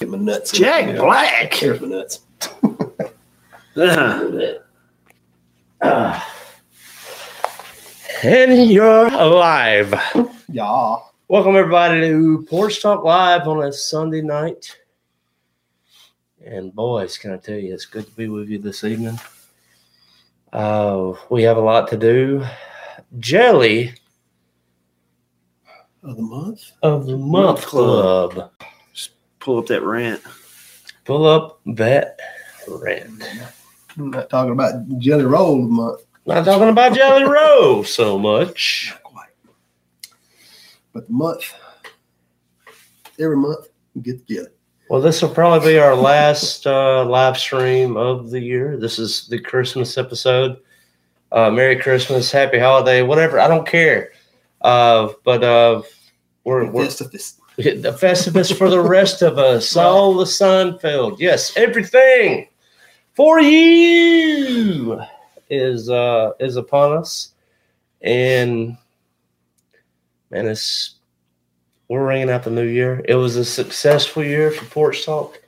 Get my nuts. in Jack there. Black. Get my nuts. Ugh. Ugh. and you're alive. Yeah. Welcome everybody to Porch Talk Live on a Sunday night. And boys, can I tell you, it's good to be with you this evening. Uh, we have a lot to do. Jelly Of the month. of the Month Club. pull up that rant. Pull up that rant. I'm not talking about jelly roll of the month, Not talking about Jelly Roll so much. but the month. Every month we get together. Well, this will probably be our last uh, live stream of the year. This is the Christmas episode. Uh, Merry Christmas, Happy Holiday, whatever. I don't care. Uh, but uh, we're, we're Fist to fist. the Festivus for the rest of us. All the Seinfeld. Yes, everything for you is uh, is upon us, and man, it's we're ringing out the new year. It was a successful year for Porch Talk.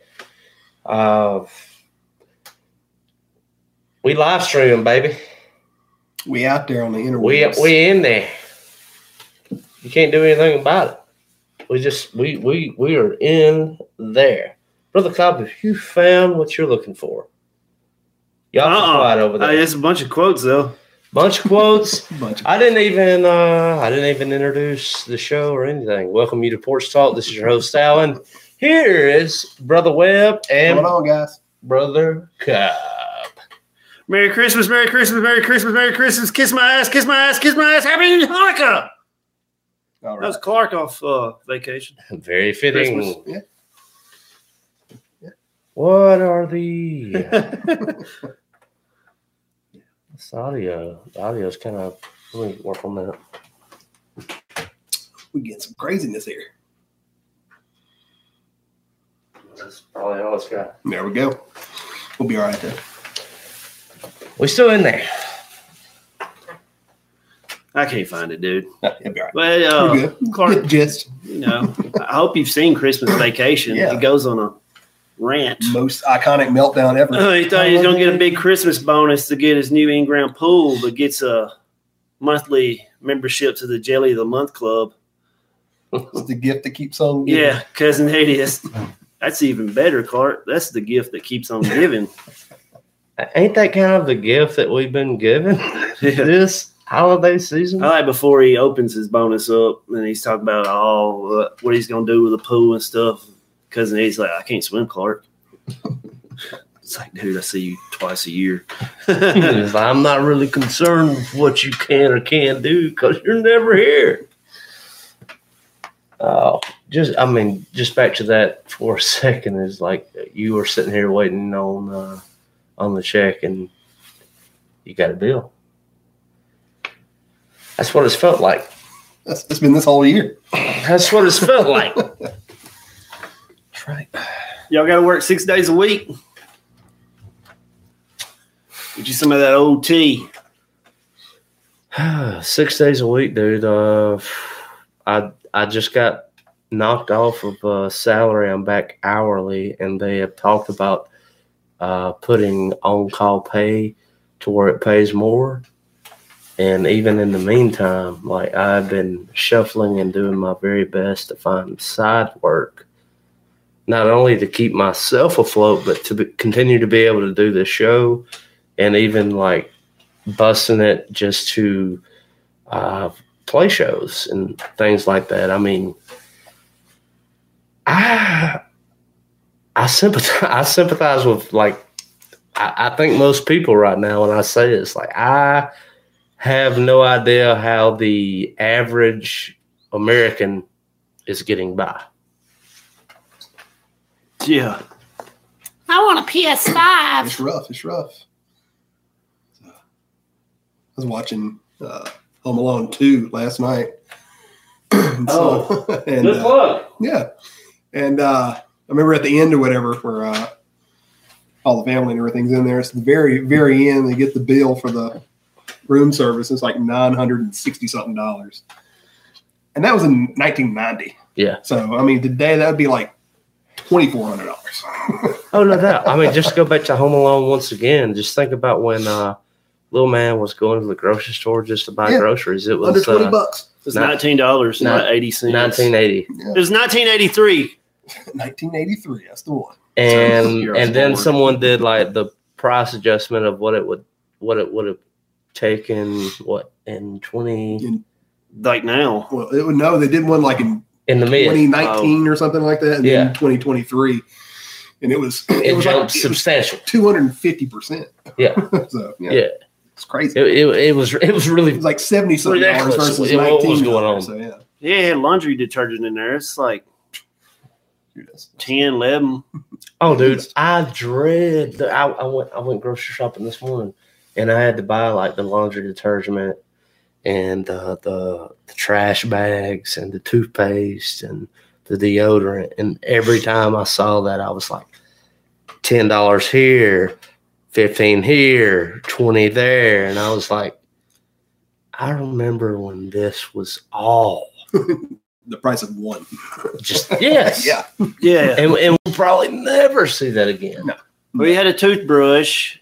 Uh, we live streaming, baby. We out there on the We interwebs. we in there. You can't do anything about it. We just we we we are in there, brother Cobb. If you found what you're looking for, y'all uh quiet over Uh, there. it's a bunch of quotes though. Bunch of quotes. Bunch of- I didn't even uh, I didn't even introduce the show or anything. Welcome you to Porch Talk. This is your host Alan. Here is brother Webb What's and going on, guys? brother Cobb. Merry Christmas, Merry Christmas, Merry Christmas, Merry Christmas. Kiss my ass, kiss my ass, kiss my ass. Happy Hanukkah. All That right. was Clark off uh, vacation. Very fitting. Christmas. Yeah. What are the This audio, the audio is kind of. Let me work on that. We get some craziness here. That's probably all it's got. There we go. We'll be all right there. We're still in there. I can't find it, dude. No, it'll be all right. But uh, We're good. Clark, Good gist. you know, I hope you've seen Christmas Vacation. Yeah. It goes on a rant. Most iconic meltdown ever. Uh, he thought he was gonna get a big Christmas bonus to get his new in-ground pool, but gets a monthly membership to the Jelly of the Month Club. It's the gift that keeps on giving. Yeah, cousin Hades. That's even better, Clark. That's the gift that keeps on giving. Ain't that kind of the gift that we've been given this holiday season? I like before he opens his bonus up and he's talking about all uh, what he's gonna do with the pool and stuff. Cousin Eddie's like, I can't swim, Clark. It's like, dude, I see you twice a year. Because I'm not really concerned with what you can or can't do because you're never here. Oh, just I mean, just back to that for a second is like you were sitting here waiting on uh, on the check and you got a bill. That's what it's felt like. That's, that's been this whole year. That's what it's felt like. That's right. Y'all got to work six days a week. Get you some of that old tea. Six days a week, dude. Uh, I I just got knocked off of uh, salary. I'm back hourly, and they have talked about uh, putting on call pay to where it pays more. And even in the meantime, like I've been shuffling and doing my very best to find side work, not only to keep myself afloat, but to be, continue to be able to do this show, and even like busting it just to uh, play shows and things like that. I mean, I I sympathize. I sympathize with like I, I think most people right now when I say this, like I have no idea how the average American is getting by. Yeah. I want a PS5. It's rough. It's rough. I was watching uh, Home Alone 2 last night. And so- and, Good uh, luck. yeah. And uh, I remember at the end or whatever, where uh, all the family and everything's in there. It's the very, very end. They get the bill for the room service. It's like nine hundred and sixty something dollars, and that was in 1990. Yeah. So I mean, today that would be like twenty four hundred dollars. Oh no doubt. I mean, just to go back to Home Alone once again. Just think about when uh, little man was going to the grocery store just to buy Yeah. groceries. It Under was twenty uh, bucks. It's Not- nineteen dollars, not- not, eighty cents. 1980, It was nineteen eighty three. 1983. That's the one. and You're and then bored. someone did like the price adjustment of what it would what it would have taken what in 20 Like now. Well, it would no. They did one like in in the mid. 2019 or something like that, and um, Yeah. then 2023, and it was it, It was jumped like substantial. 250 percent. Yeah. so yeah, Yeah. it's crazy. It, it, it was it was It really was like seventy something dollars Ridiculous. versus Yeah, nineteen. what was going on? So yeah, Yeah, it had laundry detergent in there. It's like dude, that's- 10, 11. oh dude I dread the, I, I went I went grocery shopping this morning and I had to buy like the laundry detergent and uh, the the trash bags and the toothpaste and the deodorant and every time I saw that I was like ten dollars here fifteen here twenty there and I was like I remember when this was all the price of one. just yes Yeah, Yeah. and, and we'll probably never see that again. We had a toothbrush.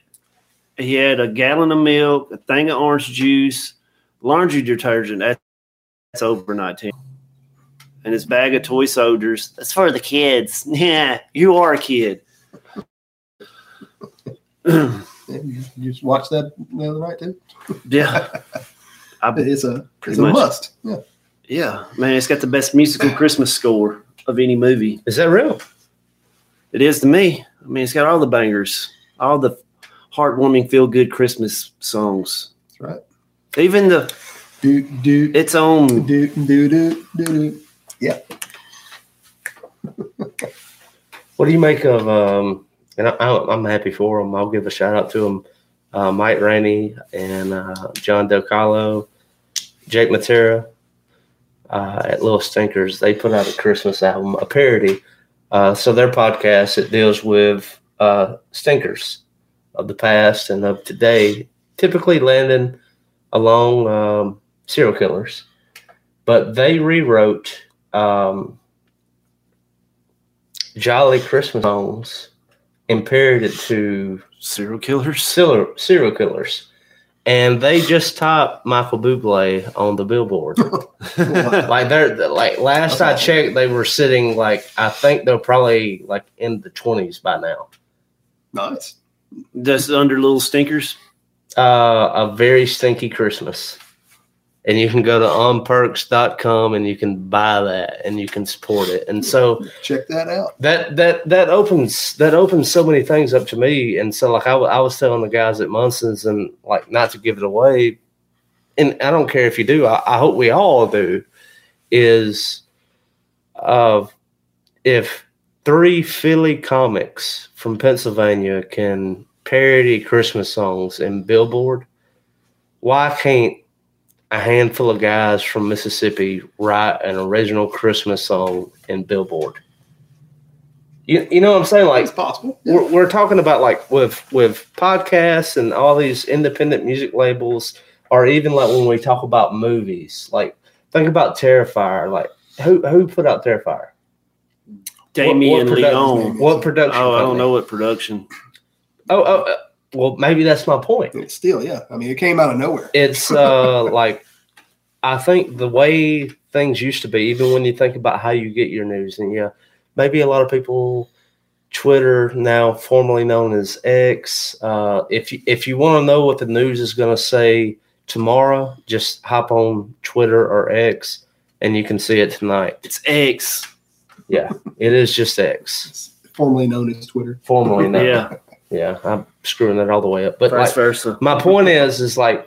He had a gallon of milk, a thing of orange juice, laundry detergent. That- That's over 19. And his bag of toy soldiers. That's for the kids. Yeah, you are a kid. you, you just watched that the other night too. yeah. I, It's a Pretty it's a much. must. Yeah, yeah. Man, it's got the best musical Christmas score of any movie. Is that real? It is to me. I mean, it's got all the bangers, all the heartwarming, feel good Christmas songs. that's right. Even the Do do its own. do do do do do. Yeah, What do you make of? Um, and I, I, I'm happy for them. I'll give a shout out to them. Uh, Mike Rainey and uh, John Del Carlo, Jake Matera uh, at Little Stinkers. They put out a Christmas album, a parody. Uh, so their podcast it deals with uh, stinkers of the past and of today, typically landing along um, serial killers. But they rewrote um, jolly Christmas songs and paired it to Serial killers. serial, serial killers. And they just topped Michael Bublé on the Billboard. like they're like last I checked, they were sitting like I think they're probably like in the twenties by now. nice. That's under little stinkers. Uh, a very stinky Christmas. And you can go to onperks.com and you can buy that and you can support it. And so Check that out. that that that opens that opens so many things up to me and so like I, wa- I was telling the guys at munson's and like not to give it away and i don't care if you do i, I hope we all do is of if three philly comics from pennsylvania can parody christmas songs in billboard why can't a handful of guys from mississippi write an original christmas song in billboard you, you know what i'm saying like It's possible. Yeah. we're, we're talking about like with with podcasts and all these independent music labels or even like when we talk about movies like think about terrifier like who who put out terrifier Damien what production's Leon. what production Oh, I don't company? know what production. oh, oh uh, well maybe that's my point It's Still, yeah. I mean, it came out of nowhere. it's uh like I think the way things used to be, even when you think about how you get your news, and yeah, maybe a lot of people Twitter now formerly known as X. Uh, if you, if you want to know what the news is going to say tomorrow, just hop on Twitter or X, and you can see it tonight. It's X. Yeah, it is just X, It's formerly known as Twitter. formerly known. Yeah. yeah, I'm screwing that all the way up, but Vice like, versa. my point is is like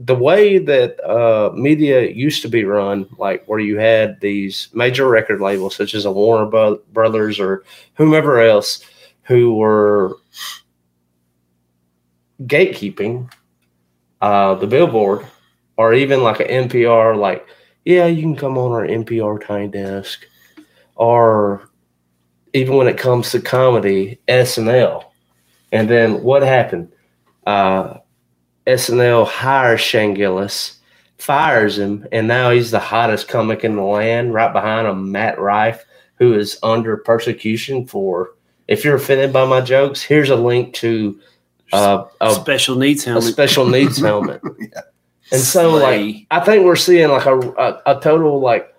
the way that uh, media used to be run, like where you had these major record labels such as a Warner Bro- Brothers or whomever else who were gatekeeping uh, the billboard, or even like an NPR, like yeah, you can come on our NPR Tiny Desk, or even when it comes to comedy, SNL. And then what happened? Uh, SNL hires Shane Gillis, fires him, and now he's the hottest comic in the land, right behind him, Matt Rife, who is under persecution for. If you're offended by my jokes, here's a link to uh, a, Special needs a helmet. special needs helmet. And so, like, I think we're seeing like a, a, a total like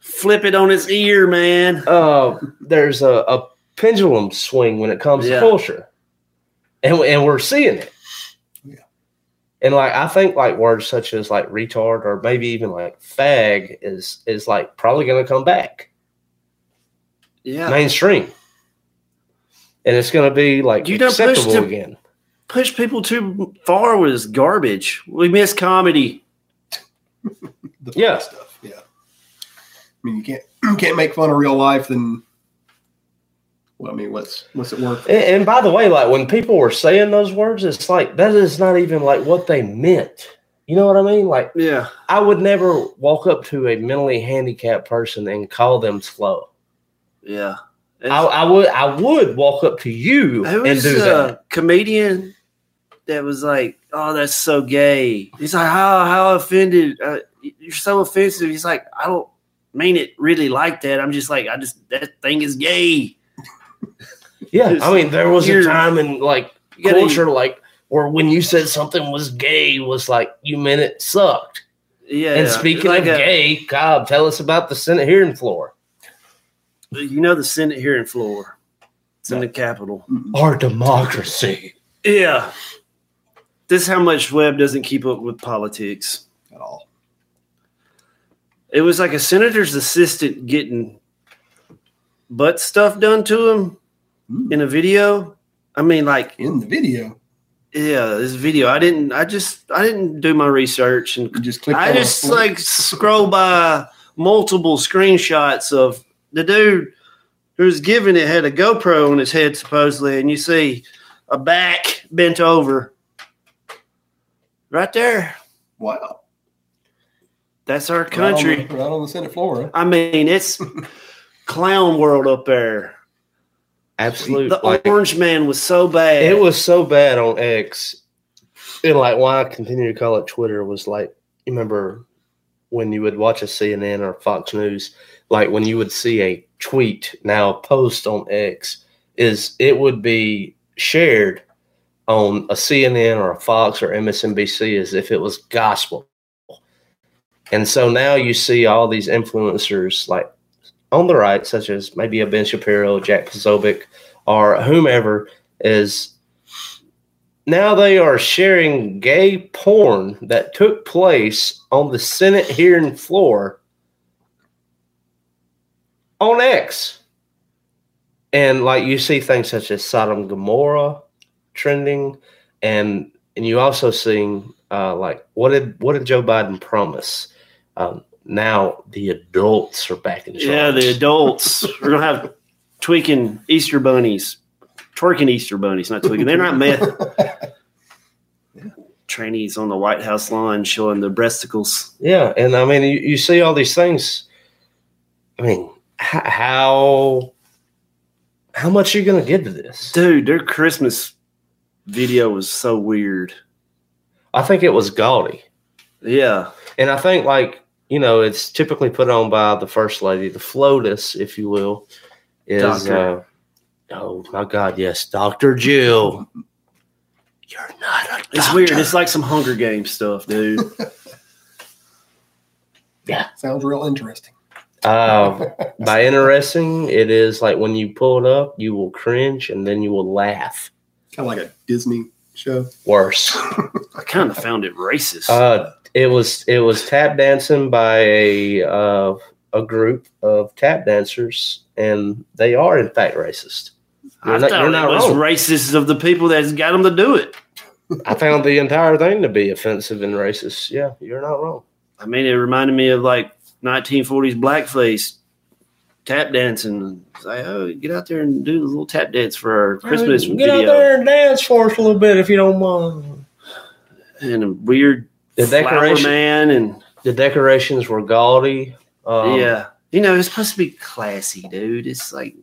Flip it on its ear, man. uh, there's a, a pendulum swing when it comes to Yeah. culture, and and we're seeing it. And like I think like words such as like retard or maybe even like fag is is like probably going to come back Yeah. mainstream, and it's going to be like You don't push acceptable the- again. Push people too far with this garbage. We miss comedy. The Yeah. fun stuff. Yeah. I mean, you can't you can't make fun of real life. Then, well, I mean, what's what's it worth? And, and by the way, like when people were saying those words, it's like that is not even like what they meant. You know what I mean? Like Yeah. I would never walk up to a mentally handicapped person and call them slow. Yeah. I, I would I would walk up to you Who and was uh, do the that. comedian that was like, "Oh, that's so gay"? He's like, "How how offended? Uh, you're so offensive." He's like, "I don't mean it really like that. I'm just like, I just that thing is gay." Yeah, I mean there was You're- a time in like You gotta- culture like where when you said something was gay was like you meant it sucked. Yeah. and yeah. speaking Like of a- gay, Cobb, tell us about the Senate hearing floor. you know the Senate hearing floor. It's in the Capitol. Our democracy. Yeah. This is how much Webb doesn't keep up with politics. at all. It was like a senator's assistant getting butt stuff done to him in a video. I mean, like, In the video, yeah, this video. I didn't. I just. I didn't do my research, you and just click. I on a just flip. like scroll by multiple screenshots of the dude who's giving it had a GoPro on his head supposedly, and you see a back bent over. Right there. wow, That's our Right on the- country. right on, the, Senate floor. huh? I mean, it's clown world up there. Absolute. The like, orange man was so bad. it was so bad on X. And like why I continue to call it Twitter was like you remember when you would watch a CNN or Fox News, like when you would see a tweet now post on X, is it would be shared on a CNN or a Fox or MSNBC as if it was gospel. And so now you see all these influencers like on the right, such as maybe a Ben Shapiro, Jack Posobiec, or whomever is now they are sharing gay porn that took place on the Senate hearing floor on X. And like you see things such as Sodom and Gomorrah trending and and you also seeing uh, like what did what did Joe Biden promise? Um, now the adults are back in charge. yeah, the adults. We're gonna have tweaking Easter bunnies, twerking Easter bunnies, not tweaking. They're not meth. Trainees on the White House lawn showing the breasticles. Yeah, and I mean, you, you see all these things. I mean, h- how how much are you going to give to this? Dude, their Christmas video was so weird. I think it was gaudy, Yeah, and I think like you know, it's typically put on by the first lady, the floatess, if you will, is Doctor. uh, oh my god, yes, Doctor Jill. You're not a doctor. it's weird. It's like some Hunger Games stuff, dude. Sounds real interesting. Uh, by interesting, it is like when you pull it up, you will cringe and then you will laugh. Kind of like a Disney show. Worse. I kind of found it racist. Uh, it was it was tap dancing by a uh, a group of tap dancers, and they are in fact racist. You're I not, thought you're not it was wrong. racist of the people that's got them to do it. I found the entire thing to be offensive and racist. Yeah, you're not wrong. I mean, it reminded me of like 1940s blackface tap dancing. It's like, oh, get out there and do a little tap dance for our Christmas Oh, Get video. out there and dance for us a little bit if you don't mind. And a weird The flower decoration- man. And The decorations were gaudy. Um, yeah, you know, it's supposed to be classy, dude. It's like,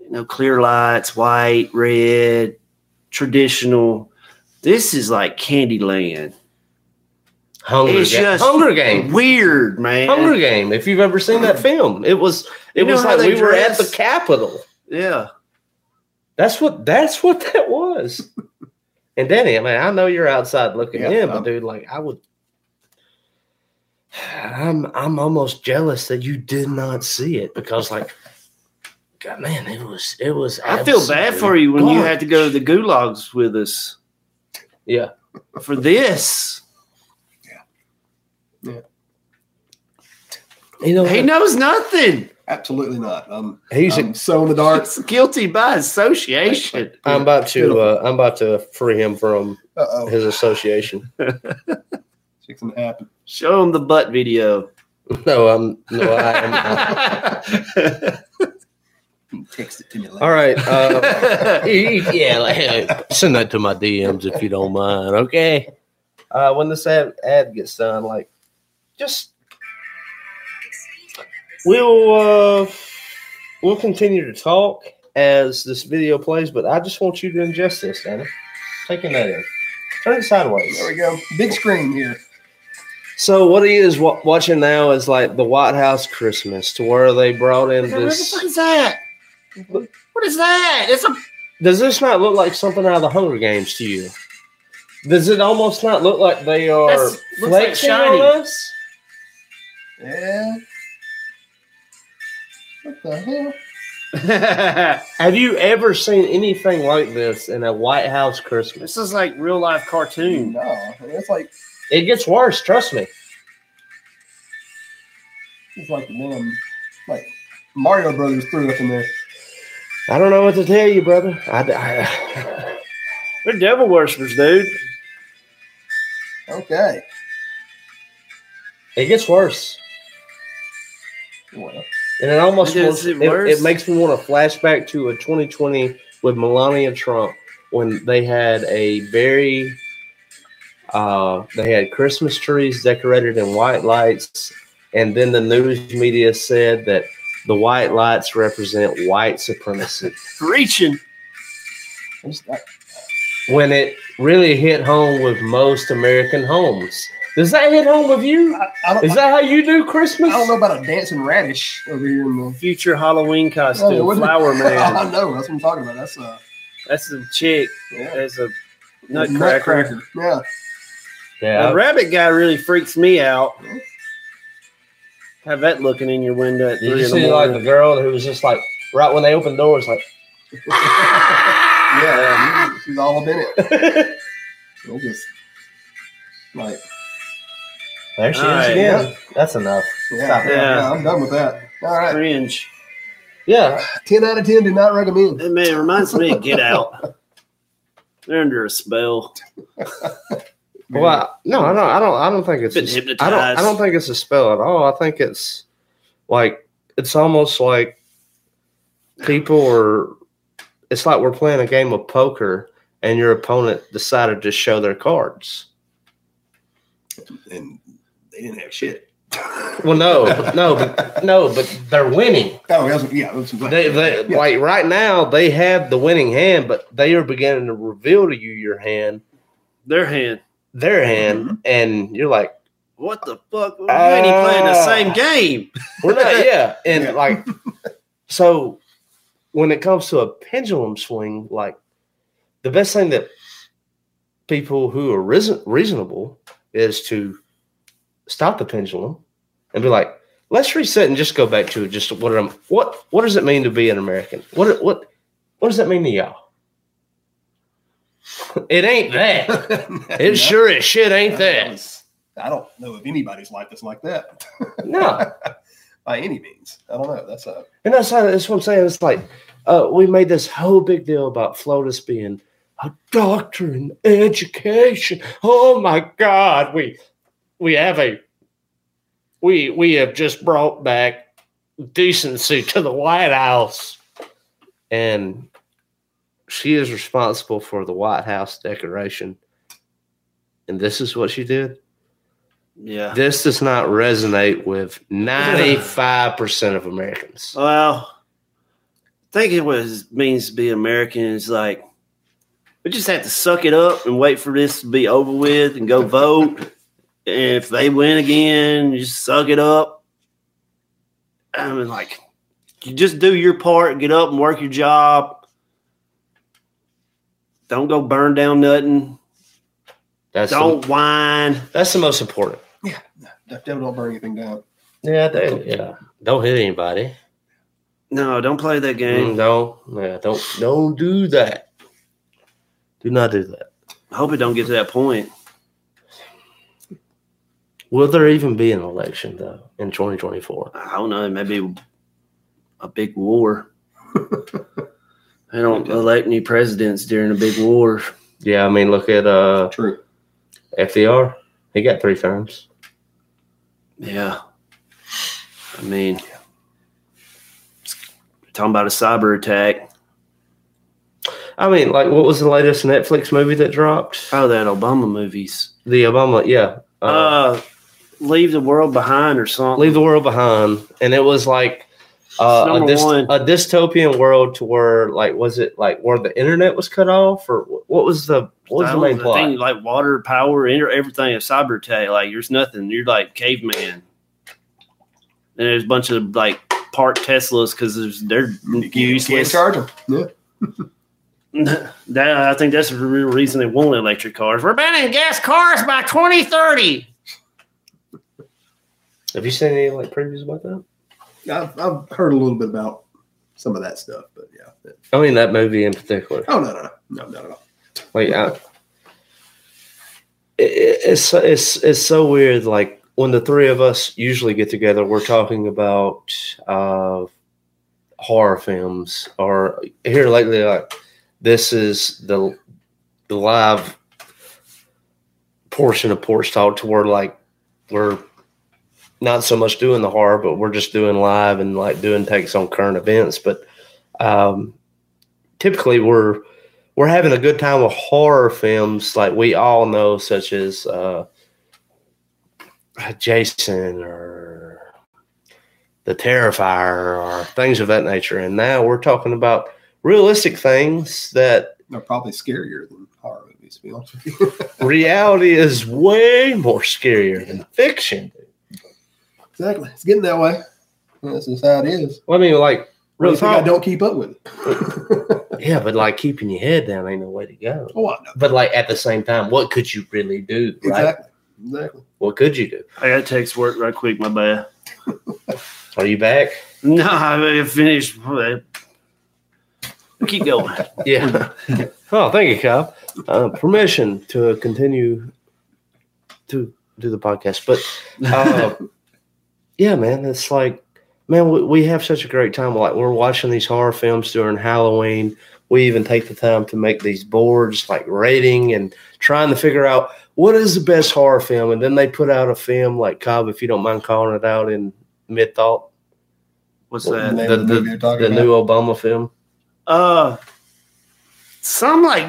you know, clear lights, white, red, traditional. This is like Candyland. Hunger, It's Ga- just Hunger Game. Weird, man. Hunger Game. If you've ever seen that film, it was it You know was how like they we were at dress? the Capitol. Yeah. That's what that's what that was. and Danny, I mean, I know you're outside looking Yeah, in, but I'm- dude, like I would I'm I'm almost jealous that you did not see it because like God man, it was it was I feel bad for you when you had to go to the gulags with us Yeah. for this. You know, He what? knows nothing. Absolutely not. I'm, he's I'm so in the dark. He's guilty by association. I'm about to uh, I'm about to free him from Uh oh. his association. It's gonna happen. Show him the butt video. No, I'm no I am I- Text it to me later. All right. Uh, yeah, like, send that to my DMs if you don't mind. Okay. Uh, when this ad, ad gets done, like, just we'll uh, we'll continue to talk as this video plays, but I just want you to ingest this, Danny. Taking that in, turn it sideways. There we go. Big screen here. So what he is wa- watching now is like the White House Christmas, to where they brought in this. is that? What is that? It's a Does this not look like something out of the Hunger Games to you? Does it almost not look like they are That's- looks like flexing shiny. on us? Yeah. What the hell? Have you ever seen anything like this in a White House Christmas? this is like real life cartoon. No, I mean, it's like It gets worse, trust me. it's like the damn like Mario Brothers threw up in there. I don't know what to tell you, brother. I, I- They're devil worshippers, dude. Okay. it gets worse, Well, and it almost Does wants- it it- worse? it makes me want to flashback to a 2020 with Melania Trump when they had a very Uh, they had Christmas trees decorated in white lights, and then the news media said that the white lights represent white supremacy. Reaching. it's not- when it really hit home with most American homes, does that hit home with you? I, I don't, Is that how you do I Christmas? don't know about a dancing radish over here in the Future Halloween costume. Oh, what the- Flower I man. know that's what I'm talking about. That's uh, That's the chick. yeah. That's a nutcracker. Yeah, The Yeah, rabbit guy really freaks me out. Have that looking in your window at did three you in the see like the morning. girl who was just like right when they opened the doors, like yeah, yeah. She's all up in it. there It'll just like she is All right. again. That's enough. yeah, Stop yeah, it. yeah, I'm done with that. All right, Cringe. Yeah, ten out of ten. Do not recommend. It, man, it reminds me of Get Out. They're under a spell. Well, I- no, I don't. I don't. I don't think it's. Been a- I don't. I hypnotized. don't think it's a spell at all. I think it's like it's almost like people are. It's like we're playing a game of poker, and your opponent decided to show their cards. and they didn't have shit. Well, no, no, but, no, but they're winning. Oh, that was, yeah, that was, They, they yeah. like right now they have the winning hand, but they are beginning to reveal to you your hand, Their hand. their hand, Mm-hmm. and you're like, What the fuck? You ain't even playing the Ah. same game. We're not, yeah. And Yeah. like, so when it comes to a pendulum swing, like the best thing that people who are reason- reasonable is to stop the pendulum and be like, let's reset and just go back to just what I'm, what, what does it mean to be an American? What, what, what does that mean to y'all? It ain't that. It sure as shit ain't that. I don't know if anybody's life is like that No. by any means. I don't know. That's a And that's how that's what I'm saying. It's like uh, we made this whole big deal about Flotus being, a doctor in education. Oh my God, we we have a we we have just brought back decency to the White House, and she is responsible for the White House decoration. And this is what she did. Yeah. This does not resonate with ninety five percent of Americans. Well, I think it was means to be American is like we just have to suck it up and wait for this to be over with and go vote. And if they win again, you just suck it up. I mean, like you just do your part, get up and work your job. Don't go burn down nothing. That's Don't the, whine. that's the most important. Definitely don't burn anything down. Yeah, they, yeah. Don't hit anybody. No, don't play that game. Mm, No, yeah, don't don't do that. Do not do that. I hope it don't get to that point. Will there even be an election though in 2024? I don't know, maybe a big war. they don't elect new presidents during a big war. Yeah, I mean, look at uh True. FDR. He got three terms. Yeah. I mean, talking about a cyber attack. I mean, like, what was the latest Netflix movie that dropped? Oh, that Obama movies. The Obama, yeah, Uh, uh, Leave the World Behind or something. Leave the World Behind, and it was like uh, a, Number dyst- one. a dystopian world to where, like, was it like where the internet was cut off, or wh- what was the what was I the don't- main I plot? think, like water, power, inter- everything, a cyber attack. Like there's nothing. You're like caveman. And there's a bunch of like part Teslas because they're You can't useless. charge them. Yeah. that I think that's the real reason they want electric cars. We're banning gas cars by 2030. Have you seen any like previews about that? I've, I've heard a little bit about some of that stuff, but yeah. I mean, that movie in particular. Oh no, no, no, no, not at all. Like, I, it, it's so- it's it's so weird. Like when the three of us usually get together, we're talking about uh, horror films. Or here lately, like this is the the live portion of Porch Talk, to where like we're not so much doing the horror, but we're just doing live and like doing takes on current events. But um, typically, we're we're having a good time with horror films like we all know, such as uh, Jason or The Terrifier or things of that nature. And now we're talking about realistic things that They're probably scarier than horror movies. To be honest with you, reality is way more scarier than fiction. exactly. It's getting that way. This is how it is. Well, I mean, like, Really, real think I talk. don't keep up with it. Yeah, but like keeping your head down ain't no way to go. Oh, I know. But like at the same time, what could you really do? Right? Exactly. Exactly. What could you do? I got text work right quick, my bad. Are you back? No, I finished. Keep going. Yeah. oh, thank you, Kyle. Uh, permission to continue to do the podcast, but uh, yeah, man, it's like, man, we, we have such a great time. Like we're watching these horror films during Halloween. We even take the time to make these boards, like rating and trying to figure out what is the best horror film. And then they put out a film like Cobb, if you don't mind calling it out in mid thought, What's The that? name the, of the movie you're the, talking the about? new Obama film. Uh, some like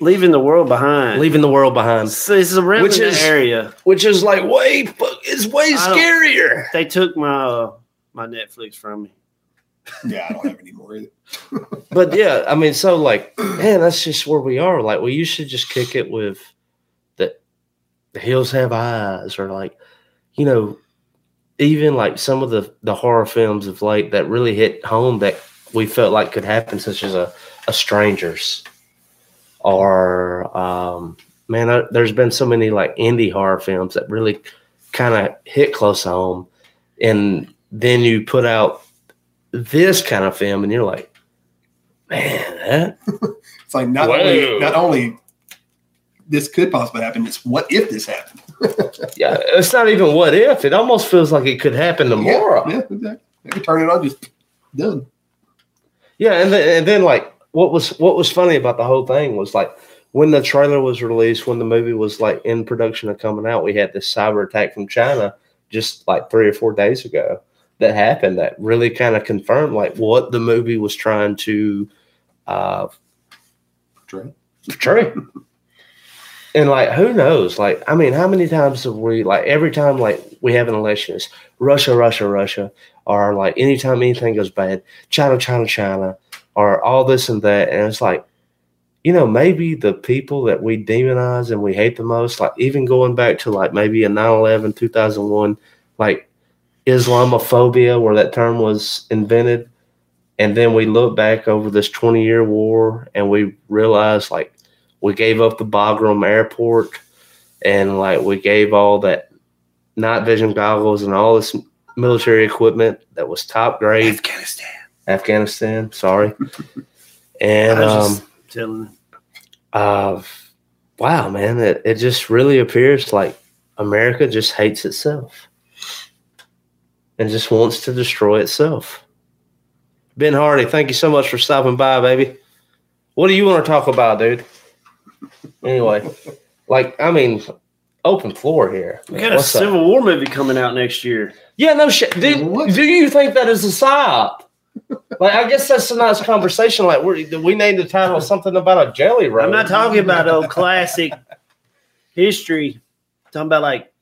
leaving the world behind. Leaving the world behind. So it's around Which Which is- area. which is like way fu- it's way I don't- scarier. They took my uh, my Netflix from me. Yeah, I don't have any more either. But yeah, I mean, so like, man, that's just where we are. Like, well, you should just kick it with that the hills have eyes, or like, you know, even like some of the the horror films of late that really hit home that we felt like could happen, such as a a strangers, or um, man, I, there's been so many like indie horror films that really kind of hit close to home, and then you put out this kind of film, and you're like. Man, that, It's like not Whoa. only not only this could possibly happen. It's what if this happened yeah, it's not even what if. It almost feels like it could happen tomorrow. Yeah, yeah exactly. I could turn it on, just done. Yeah, and then, and then like what was what was funny about the whole thing was like when the trailer was released, when the movie was like in production and coming out, we had this cyber attack from China just like three or four days ago that happened that really kind of confirmed like what the movie was trying to uh True. portray. And like, who knows? Like, I mean, how many times have we like every time like we have an election, it's Russia, Russia, Russia, or like anytime anything goes bad, China, China, China, or all this and that, and it's like, you know, maybe the people that we demonize and we hate the most, like even going back to like maybe a 9-11, 2001, like Islamophobia, where that term was invented, and then we look back over this twenty year war and we realize like we gave up the Bagram airport and like we gave all that night vision goggles and all this military equipment that was top grade Afghanistan. Afghanistan, sorry. And I was um just telling them. uh wow man, it, it just really appears like America just hates itself and just wants to destroy itself. Ben Hardy, thank you so much for stopping by, baby. What do you want to talk about, dude? Anyway, like I mean, open floor here. We man. got a What's up? Civil War movie coming out next year. Yeah, no shit. Do, What? do you think that is a psyop? like, I guess that's tonight's conversation. Like, we we named the title something about a jelly roll. I'm not talking about old classic history. I'm talking about like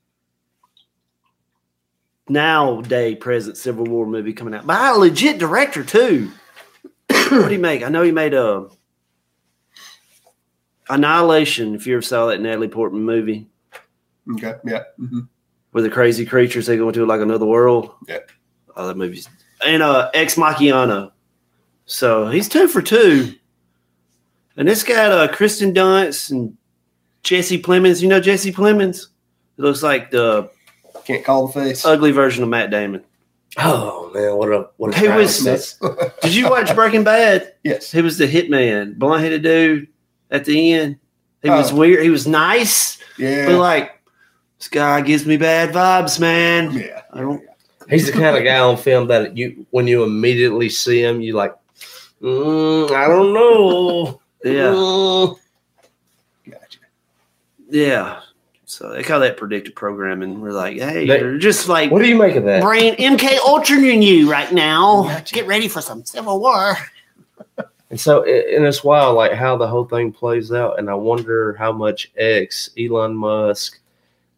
nowadays present Civil War movie coming out by a legit director too. what did he make? I know he made uh, a Annihilation. If you ever saw that Natalie Portman movie Okay. Yeah. mhm. where the crazy creatures they go into like another world. Yeah. Oh, that movie's and uh Ex Machiano. So he's two for two. And it's got uh Kristen Dunst and Jesse Plemons. You know Jesse Plemons? It looks like the Can't call the face. ugly version of Matt Damon. Oh man, what a what a Who is travesty. this? Did you watch Breaking Bad? yes. He was the hitman, blonde headed dude at the end. He was Oh. weird. He was nice, Yeah. but like this guy gives me bad vibes, man. yeah. I don't He's the kind of guy on film that you when you immediately see him, you like, mm, I don't know. yeah. Mm. Gotcha. Yeah. So they call that predictive programming. We're like, hey, They- you're just like What do you make of that? Brain MK Ultra in you right now. Get ready for some Civil War. And so, a- and it's wild, like how the whole thing plays out. And I wonder how much X, Elon Musk,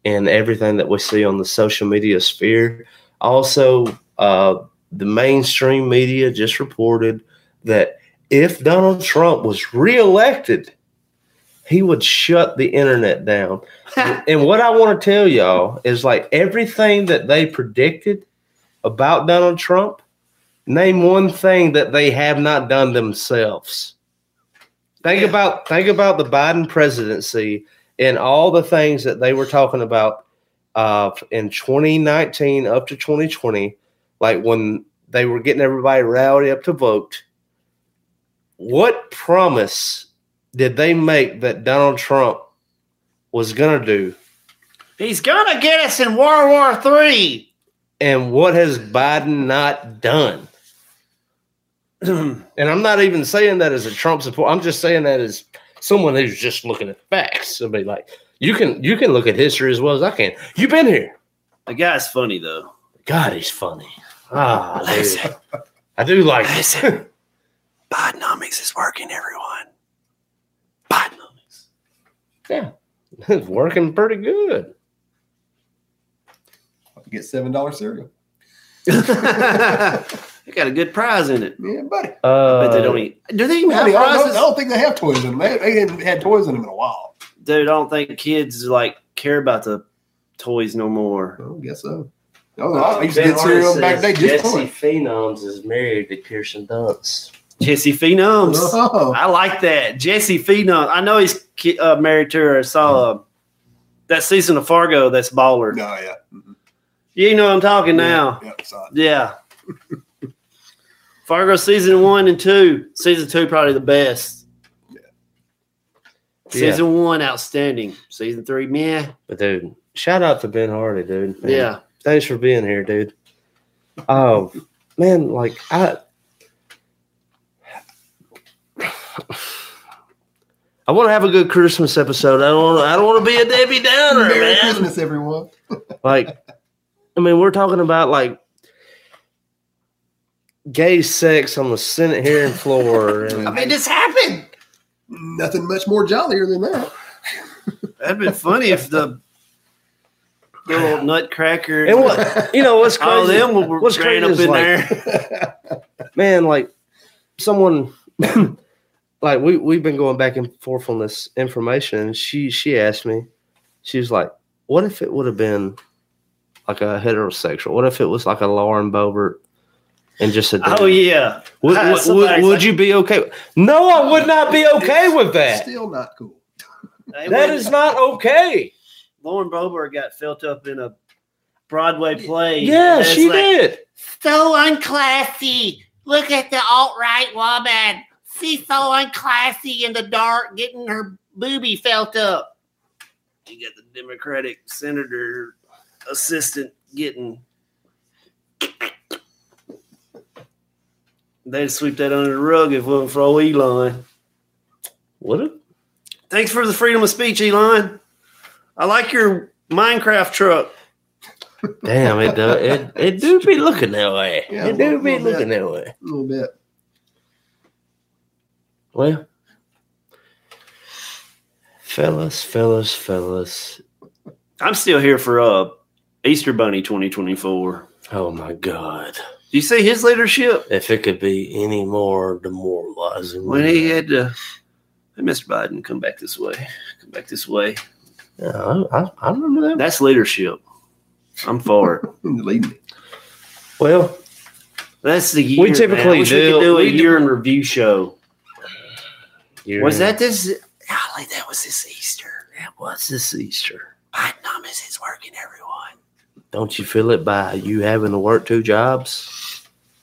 and everything that we see on the social media sphere. Also, uh, the mainstream media just reported that if Donald Trump was reelected, he would shut the internet down. and what I want to tell y'all is like everything that they predicted about Donald Trump, name one thing that they have not done themselves. Think about think about the Biden presidency and all the things that they were talking about uh, in 2019 up to 2020, like when they were getting everybody rowdy up to vote. What promise did they make that Donald Trump was going to do? he's gonna get us in World War Three. And what has Biden not done? and I'm not even saying that as a Trump supporter. I'm just saying that as someone who's just looking at facts. I mean, like you can you can look at history as well as I can. You've been here. The guy's funny though. God, he's funny. Ah, dude. I do like this. Bidenomics is working, everyone. Bidenomics. yeah, it's working pretty good. Get seven dollar cereal. they got a good prize in it. Yeah, buddy. Uh, But they don't eat. Do they even Yeah, have I, don't, I prizes? don't think they have toys in them. They, they haven't had toys in them in a while. Dude, I don't think kids like care about the toys no I more. don't guess so. Oh, I used to get cereal back then. Just toys. Phenoms is married to Kirsten Dunst. Jesse Phenoms. Oh, I like that. Jesse Phenom. I know he's ki- uh, married to her. I saw uh, that season of Fargo that's baller. no, yeah. Mhm. You know what I'm talking now. Yeah, son. Yeah. Fargo season one and two. Season two probably the best. Season one outstanding. Season three, meh. But dude, shout out to Ben Hardy, dude. Man, Yeah. thanks for being here, dude. Um, Oh man, like I, I want to have a good Christmas episode. I don't. I don't want to be a Debbie Downer, Merry man. Christmas, everyone. Like, I mean, we're talking about like gay sex on the Senate hearing floor. And I mean, this happened. Nothing much more jollier than that. That'd been funny if the little nutcracker And what you know, what's crazy? all them were what's ran crazy up is, in like, there. man, like someone, like we we've been going back and forth on this information. And she she asked me, she was like, "What if it would have been like a heterosexual? What if it was like a Lauren Boebert?" And just a Oh dude? yeah, Uh, Would, Hi, would- would, somebody's would like- you be okay? No, I would not be okay with that. Still not cool. They That went- is not okay. Lauren Boebert got felt up in a Broadway play. Yeah, It's she like, did. So unclassy. Look at the alt right woman. She's so unclassy in the dark, getting her booby felt up. You got the Democratic senator assistant getting. They'd sweep that under the rug if it wasn't for old Elon. Would it? Thanks for the freedom of speech, Elon. I like your Minecraft truck. Damn it! Do, it it do be looking that way. Yeah, it do little be bit. looking that way. A little bit. Well, fellas, fellas, fellas. I'm still here for uh Easter Bunny 2024. Oh my God. Do you see his leadership If it could be any more demoralizing. when he had to? Hey, Mr. Biden, come back this way. Come back this way. Yeah, I, I, I remember that. That's leadership. I'm for it. And deleting it. Well, That's the year. We typically man. I wish we do- could do a we do- year in review show. you're- Was that this? Golly, that was this Easter. That was this Easter. Biden Thomas is working, Don't you feel it by you having to work two jobs?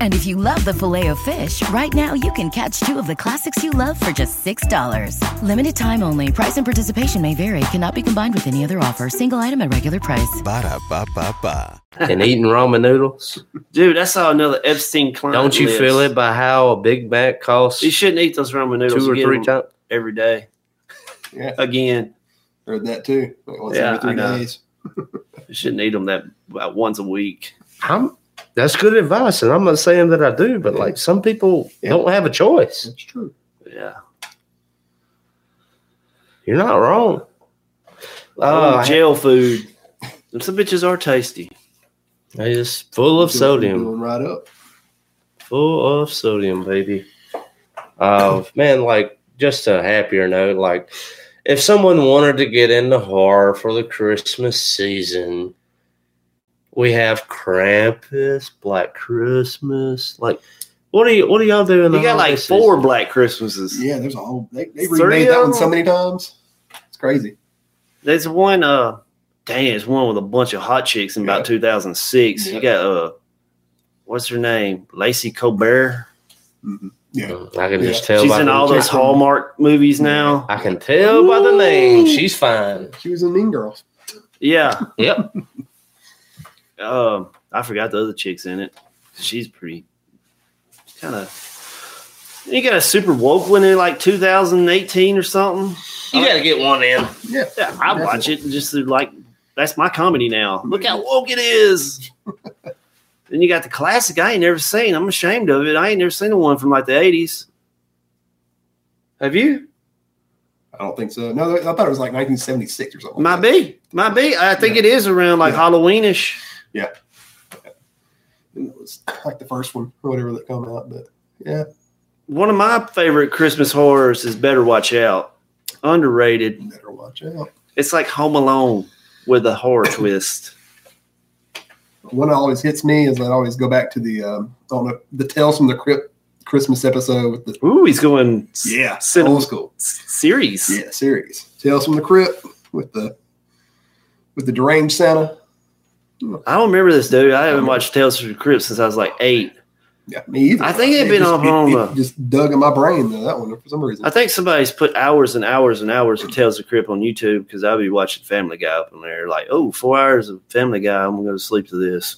And if you love the filet of fish, right now you can catch two of the classics you love for just $6. Limited time only. Price and participation may vary. Cannot be combined with any other offer. Single item at regular price. Ba-da-ba-ba-ba. and eating ramen noodles. Dude, I saw another Epstein client. Don't you list. feel it by how a Big Mac costs You shouldn't eat those ramen noodles two or You get three them times? every day. Yeah. Again, Heard that too. Like once Yeah, every three I know. days. you shouldn't eat them that about once a week. I'm that's good advice, and I'm not saying that I do, but like some people Yeah. don't have a choice. That's true. Yeah. You're not wrong. Oh, Oh, jail food. Them some bitches are tasty. it's full of Do- do sodium, 'em right up. full of sodium, baby. Uh, man, like just a happier note. Like, if someone wanted to get into horror for the Christmas season, we have Krampus, Black Christmas. Like, what do you what do y'all do in the You got holiday like season? four Black Christmases. Yeah, there's a whole. They, they Three remade that of one so them? many times. It's crazy. There's one, uh, dang, it's one with a bunch of hot chicks in Yeah. about 2006. Yeah. You got, uh, what's her name? Lacey Colbert. Mhm. Yeah. I can just Yeah. tell. She's by in the- all those Jacqueline. Hallmark movies now. I can tell by the name. She's fine. She was in Mean Girls. Yeah. Yep. Um, I forgot the other chicks in it. She's pretty, kind of You got a super woke one in like 2018 or something. You gotta get one in. Yeah. Yeah, I watch it and just like that's my comedy now. Look how woke it is. then you got the classic I ain't never seen. I'm ashamed of it. I ain't never seen the one from like the 80s. Have you? I don't think so. No, I thought it was like 1976 or something. Might like that. be. Might be. I think it is around like Yeah. Halloweenish. Yeah. And It was like the first one or whatever that come out, but yeah. One of my favorite Christmas horrors is Better Watch Out. Underrated. Better watch out. It's like Home Alone with a horror twist. One that always hits me is I always go back to the um, I don't know the Tales from the Crypt Christmas episode with the Ooh, he's going s- cinema old school s- series. Oh. yeah series Tales from the Crypt with the with the deranged Santa. I don't remember this dude. I Mm-hmm. haven't watched Tales from the Crypt since I was like eight. Yeah, me either. I think it'd been just, on hold it, up. it just dug in my brain though that one for some reason. I think somebody's put hours and hours and hours of Tales of the Crypt on YouTube because I'll be watching Family Guy up in there. Like, oh, four hours of Family Guy. I'm going to sleep to this.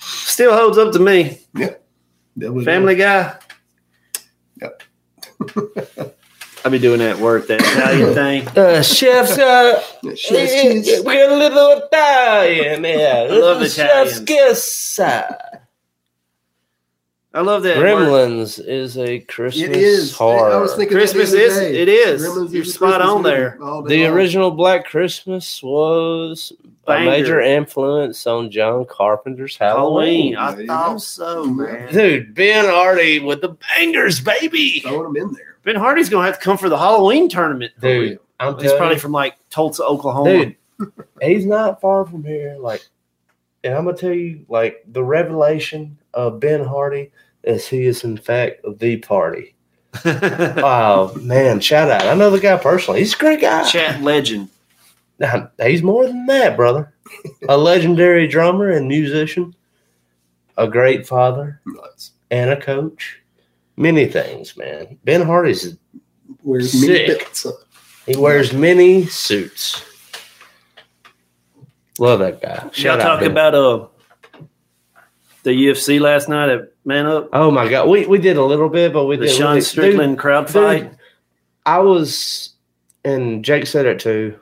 Still holds up to me. That was- uh, Family Guy. Yep. I'll be doing that at work, that Italian thing. Uh, chef's, uh, Yeah, eh, eh, she's- she's- we're a little Italian. Yeah, love Little chef's Italians. kiss. Uh, I love that. word. Gremlins is a Christmas It is. horror. I was thinking Christmas that the is- other day. it is. Gremlins You're a spot Christmas on movie there. all day the long. original Black Christmas was Banger. a major influence on John Carpenter's Halloween. Halloween. There I you go. thought so, man. Dude, Ben Hardy with the bangers, baby. throwing them in there. Ben Hardy's going to have to come for the Halloween tournament. Dude, I'm He's probably telling from like Tulsa, Oklahoma. you, dude, he's not far from here. Like, and I'm gonna tell you, like, the revelation of Ben Hardy is he is in fact the party. oh man, shout out! I know the guy personally. He's a great guy. Chat legend. Nah, he's more than that, brother. a legendary drummer and musician, a great father, Nuts. and a coach. Many things, man. Ben Hardy's Where's meat Sick. bits? he wears many suits. Love that guy. Y'all Shout out talk Ben. about uh the UFC last night at Man Up, Oh my god, we we did a little bit, but we the did we Sean did- Strickland dude, crowd fight. I was, and Jake said it too,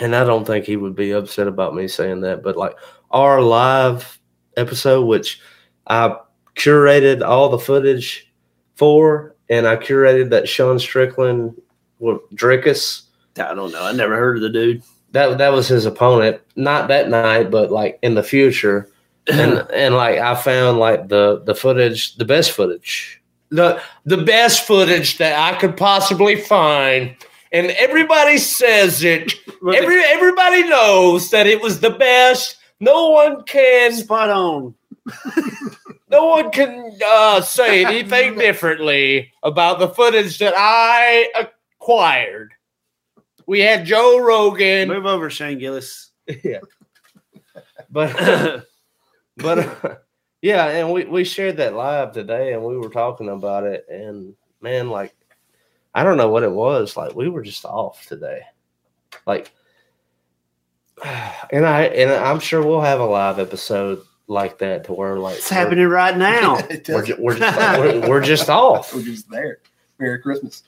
and I don't think he would be upset about me saying that, but like our live episode, which I curated all the footage for, and I curated that Sean Strickland with Drickus. I don't know. I never heard of the dude. That that was his opponent, not that night, but like in the future. And and like I found like the the footage, the best footage. The the best footage that I could possibly find. And everybody says it. Every everybody knows that it was the best. No one can Spot on. no one can uh, say anything differently about the footage that I acquired. We had Joe Rogan. Move over, Shane Gillis. yeah. But but uh, yeah, and we we shared that live today, and we were talking about it, and man, like I don't know what it was. Like we were just off today, like. And I and I'm sure we'll have a live episode like that to where like it's we're- happening right now. It We're, tells ju- you. we're just like, we're, we're just off. We're just there. Merry Christmas.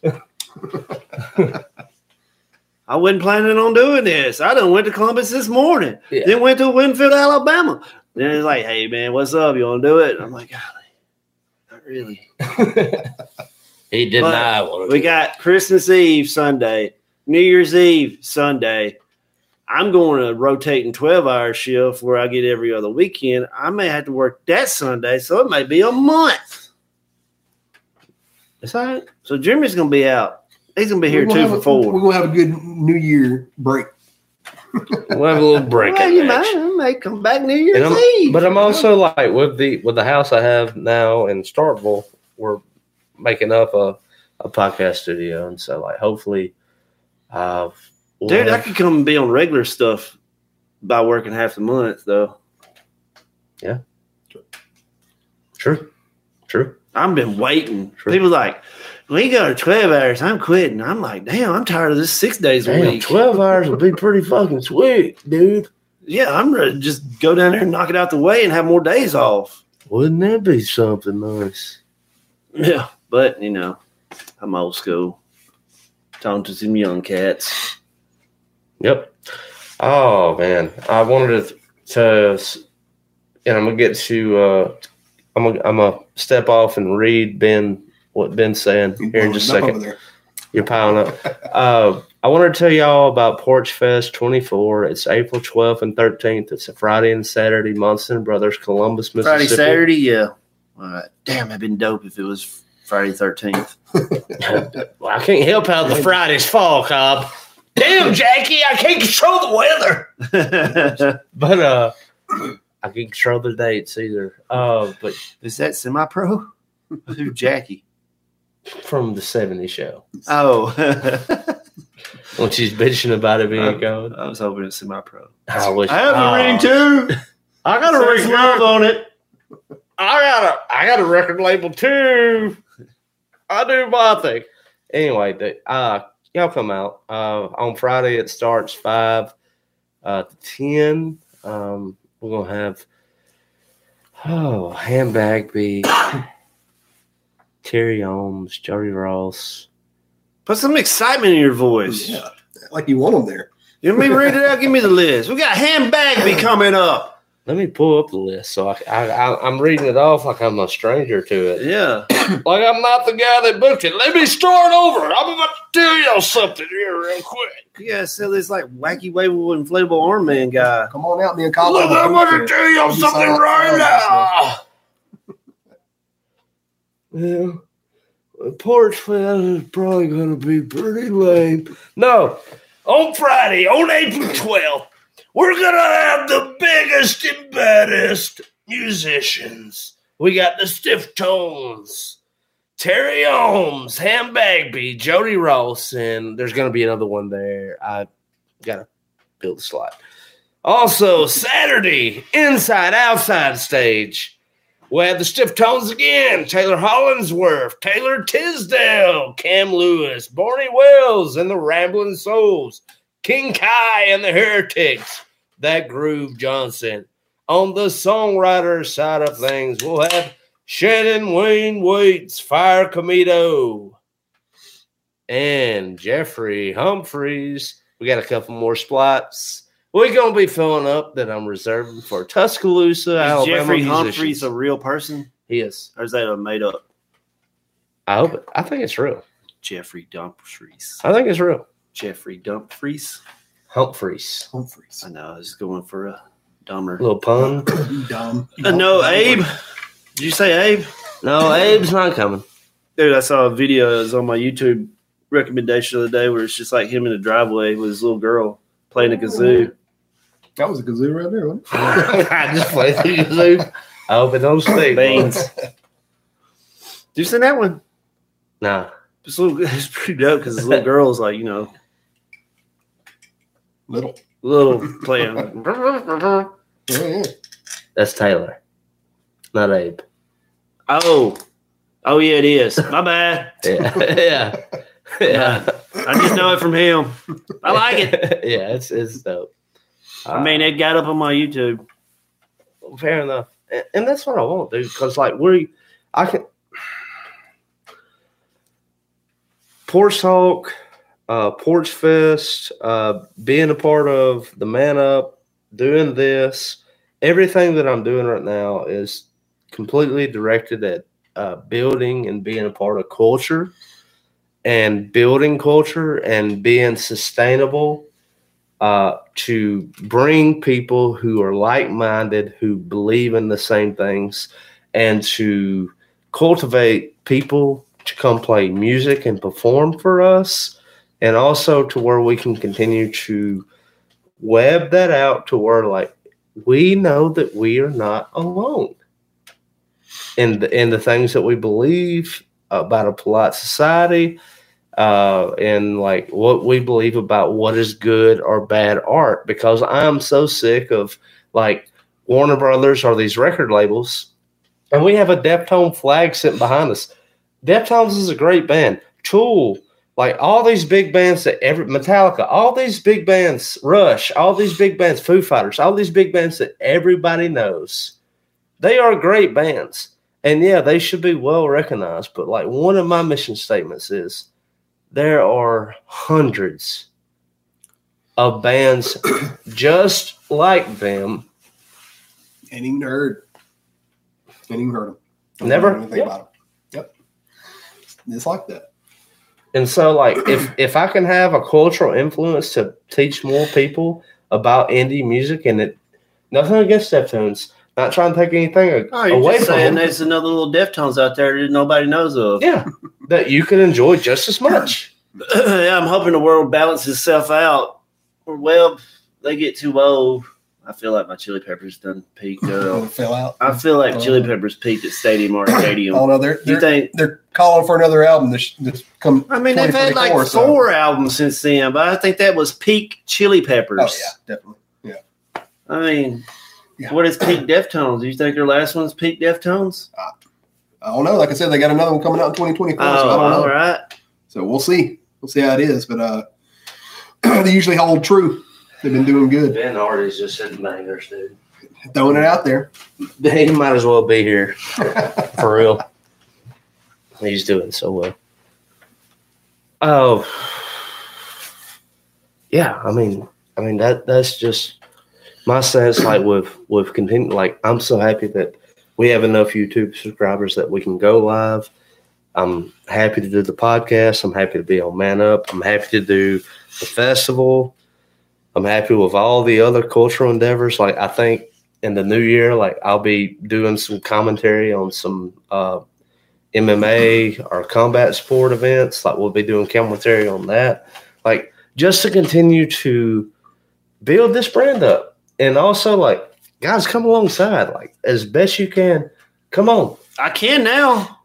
I wasn't planning on doing this. I done went to Columbus this morning. Yeah. Then went to Winfield, Alabama. Then it's like, hey man, what's up? You wanna do it? And I'm like, golly, not really. He did But not want to. We got Christmas Eve Sunday, New Year's Eve Sunday. I'm going to rotate in 12 hour shift where I get every other weekend. I may have to work that Sunday, so it may be a month. It's all right. So Jimmy's going to be out. He's going to be here We're gonna two have for a- We're four. gonna have a good New Year break. We'll have a little break. Well, in you there. might, I may come back New Year's And I'm- Eve. but I'm also like with the with the house I have now in Starkville, we're making up a, a podcast studio, and so like hopefully, uh, we'll Dude, I have- could come and be on regular stuff by working half the month, though. true, true. I've been waiting. Sure. People like, we go to 12 hours. I'm quitting. I'm like, damn, I'm tired of this six days a Damn, week. twelve hours would be pretty fucking sweet, dude. Yeah, I'm ready to just go down there and knock it out the way and have more days off. Wouldn't that be something nice? Yeah, but you know, I'm old school. Talking to some young cats. Yep. Oh man, I wanted to, to s- and I'm gonna get to. Uh, I'm gonna, I'm gonna step off and read Ben what Ben's saying here in just a Up over second. there. You're piling up. uh, I wanted to tell y'all about Porch Fest 24. It's April 12th and 13th. It's a Friday and Saturday. Munson Brothers, Columbus, Friday, Mississippi. Saturday, yeah. All right. Damn, it'd been dope if it was Friday thirteenth. Well, I can't help how the Fridays fall, Cobb. Damn, Jackie, I can't control the weather. Is But uh, I can't control the dates either. Uh, but that semi pro? Who Jackie? from the 70 show. Oh When she's bitching about it being going. I was hoping it's semi pro. I wish Uh, I have oh, a ring too. I got a Says ring love on it. I got a I got a record label too. I do my thing. Anyway, the, uh, y'all come out uh, on Friday. It starts five uh, to ten. Um, we're gonna have oh handbag be Terry Holmes, Jody Ross. Put some excitement in your voice. Yeah, like you want them there. You want me to read it out? Give me the list. We got handbag be coming up. Let me pull up the list so I, I, I I'm reading it off like I'm a stranger to it. Yeah. Like I'm not the guy that booked it. Let me start over. I'm about to tell y'all something here real quick. You gotta sell this like wacky wavable inflatable arm man guy. Come on out, me and Colin. Look, I'm gonna tell y'all something right now. Yeah. The porch fest is probably gonna be pretty lame. No, on Friday, on April 12th, we're gonna have the biggest and baddest musicians. We got the Stiff Tones, Terry Ohms, Ham Bagby, Jody Ross, and there's gonna be another one there. I gotta build a slot. Also, Saturday, inside outside stage, we have the stiff tones again. Taylor Hollinsworth, Taylor Tisdale, Cam Lewis, Barney Wells, and the Rambling Souls, King Kai and the Heretics, that Groove Johnson. On the songwriter side of things, we'll have Shannon Wayne Waits, Fire Comito, and Jeffrey Humphreys. We got a couple more spots. We're gonna be filling up that I'm reserving for Tuscaloosa, Is Alabama. Jeffrey musicians. Humphreys Oh, a real person? He is. Or is that a made up I hope. It, I think it's real. Jeffrey Dumfries? I think it's real. Jeffrey Dumfries? Humphreys. Humphreys. I know, I was going for a dumber. Little pun. You dumb. Uh, no, Abe. Did you say Abe? No, Abe's not coming. Dude, I saw a video. It was on my YouTube recommendation of the day where it's just like him in the driveway with his little girl playing a kazoo. That was a kazoo right there, wasn't I just played the kazoo. I hope it don't stink. Beans. Did you see that one? Nah. It's, a little, it's pretty dope because his little girl's like, you know, it? Little. little playing. Yeah, yeah. That's Taylor, not Abe. Oh, oh yeah, it is. My bad. Yeah. yeah. Yeah. I just know it from him. I like it. yeah, it's it's dope. I mean, it got up on my YouTube. Uh, fair enough, and, and that's what I want, dude. Because like we, I can. Porch Talk, uh, Porch Fest, uh, being a part of the Man Up, doing this, everything that I'm doing right now is completely directed at uh, building and being a part of culture and building culture and being sustainable uh, to bring people who are like minded, who believe in the same things, and to cultivate people to come play music and perform for us, and also to where we can continue to web that out to where, like, we know that we are not alone in the, in the things that we believe about a polite society uh, and like what we believe about what is good or bad art because I'm so sick of like Warner Brothers or these record labels. And we have a Deftone flag sitting behind us. Deftones is a great band. Tool, like all these big bands that every Metallica, all these big bands, Rush, all these big bands, Foo Fighters, all these big bands that everybody knows. They are great bands. And yeah, they should be well recognized. But like one of my mission statements is there are hundreds of bands just like them. And even heard. And even heard them. Never? Anything Yep. about them. Yep. It's like that. And so like if if I can have a cultural influence to teach more people about indie music and it nothing against Deftones, not trying to take anything Oh, you're away just from saying them. there's another little Deftones out there that nobody knows of. Yeah, that you can enjoy just as much. Yeah, I'm hoping the world balances itself out. Or, Well, they get too old. I feel like my Chili Peppers done peaked. It'll Uh, fill out. I feel like Chili Peppers peaked at Stadium Oh, Arcadium. no, they're, they're, You think? they're calling for another album this, this come oh, I mean, they've had like 2024, four so- albums since then, but I think that was peak Chili Peppers. Oh, yeah, definitely. I mean, Oh, Yeah. what is peak Deftones? Do you think their last one's peak Deftones? I don't know. Like I said, they got another one coming out in 2024, so I Oh, don't know. all right. So we'll see. We'll see how it is. But uh, they usually hold true. They've been doing good. Ben Hardy's just hitting bangers, dude. Throwing it out there. He might as well be here. For real. He's doing so well. Oh yeah, I mean I mean that that's just my sense like with with continue like I'm so happy that we have enough YouTube subscribers that we can go live. I'm happy to do the podcast. I'm happy to be on Man Up. I'm happy to do the festival. I'm happy with all the other cultural endeavors. Like I think in the new year, like I'll be doing some commentary on some uh, MMA or combat sport events. Like we'll be doing commentary on that. Like just to continue to build this brand up, and also like guys, come alongside like as best you can. Come on, I can now.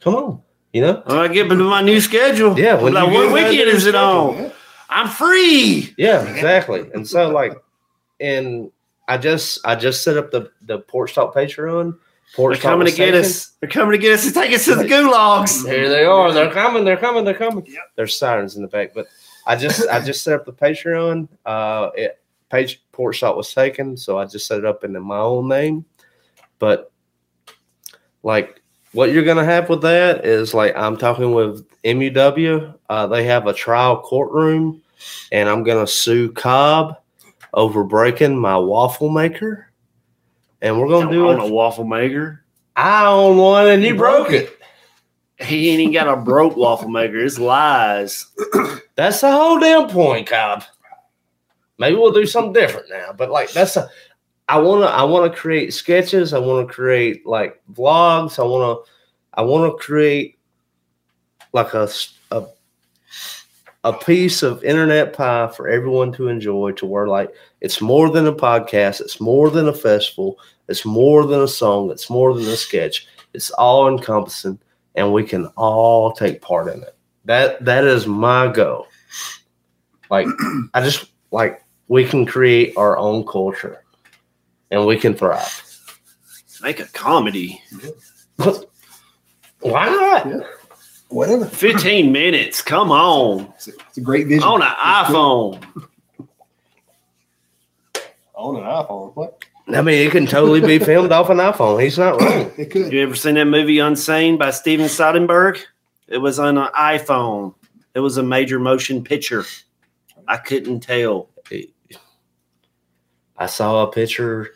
come on. You know, When I get into my new schedule. Yeah, when When like, you what get that weekend new is it on? Yeah. I'm free. Yeah, exactly. and so like and I just I just set up the the porch talk Patreon. Porch They're coming to get Conversation. us. They're coming to get us and take us to the gulags. Here they are. They're coming. They're coming. They're coming. There's sirens in the back, but I just I just set up the Patreon. Uh, it, page porch shot was taken, so I just set it up in my own name. But like what you're gonna have with that is like I'm talking with MUW. Uh, they have a trial courtroom, and I'm gonna sue Cobb over breaking my waffle maker. And we're gonna do on a it. waffle maker. I own one, and you broke it. He ain't even got a broke waffle maker. It's lies. That's the whole damn point, Cobb. Maybe we'll do something different now. But like that's a I wanna I wanna create sketches, I wanna create like vlogs, I wanna I wanna create like a s- a, a piece of internet pie for everyone to enjoy to where like it's more than a podcast, it's more than a festival, it's more than a song, it's more than a sketch, it's all encompassing and we can all take part in it. That that is my goal. Like I just like we can create our own culture and we can thrive. Make a comedy. Why not? Whatever. 15 minutes. Come on. It's a, it's a great vision. On an iPhone. On an iPhone. What? I mean, it can totally be filmed off an iPhone. He's not wrong. It could. You ever seen that movie Unseen by Steven Soderbergh? It was on an iPhone. It was a major motion picture. I couldn't tell. I saw a picture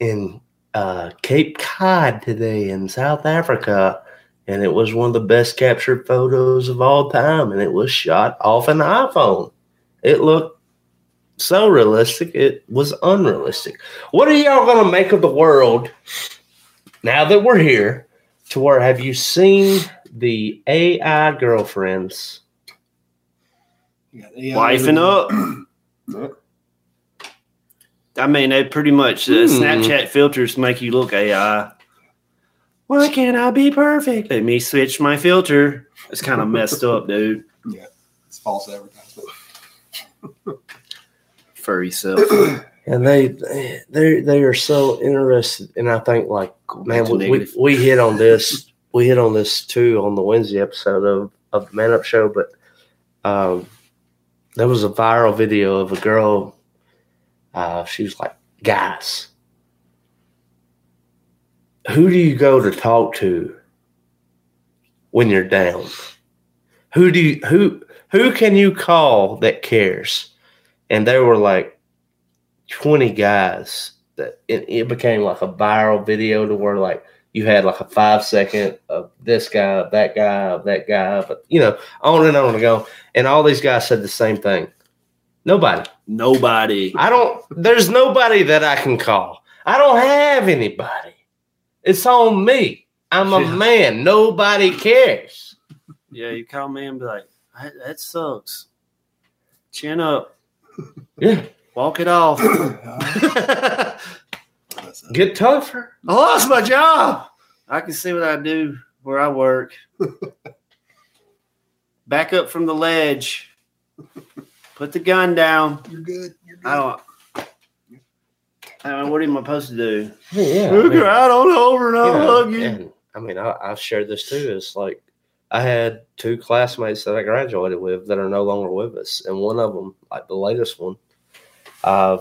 in uh, Cape Cod today in South Africa, and it was one of the best captured photos of all time, and it was shot off an iPhone. It looked so realistic, it was unrealistic. What are y'all gonna make of the world now that we're here? To where have you seen the AI girlfriends? You got AI Wifing up. Yep. I mean, they pretty much uh, Hmm. Snapchat filters make you look AI. Why can't I be perfect? Let me switch my filter. It's kind of messed up, dude. It's false advertisement. Furry self. and they they they are so interested and i think like man to we, we, negative. we hit on this we hit on this too on the wednesday episode of of the man up show but um there was a viral video of a girl uh she was like guys who who do you go to talk to when you're down? Who do you, who who can you call that cares? And there were like twenty guys that it, it became like a viral video to where like you had like a five second of this guy, of that guy, of that guy, but you know, on and on and go. And all these guys said the same thing. Nobody. Nobody. I don't. There's nobody that I can call. I don't have anybody. It's on me. I'm a Yeah. man. Nobody cares. Yeah, you call me and be like, that, that sucks. Chin up. Yeah. Walk it off. Get tougher. I lost my job. I can see what I do where I work. Back up from the ledge. Put the gun down. You're good. You're good. I don't. I mean, what am I supposed to do? Yeah. Look her out on over and I'll hug you. and I mean, I, I've shared this too. It's like I had two classmates that I graduated with that are no longer with us, and one of them, like the latest one, uh,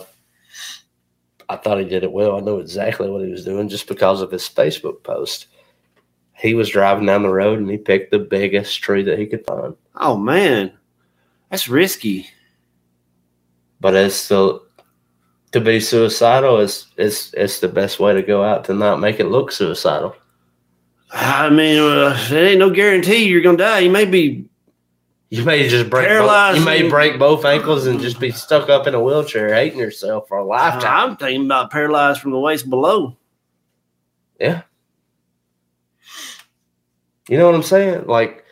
I thought he did it well. I knew exactly what he was doing just because of his Facebook post. He was driving down the road and he picked the biggest tree that he could find. Oh man, that's risky. But it's the to be suicidal is is it's the best way to go out to not make it look suicidal. I mean, uh, it ain't no guarantee you're gonna die. You may be. You may just break. Both, Paralyzed. you may break both ankles and just be stuck up in a wheelchair, hating yourself for a lifetime. I'm thinking about paralyzed from the waist below. Yeah. You know what I'm saying? Like,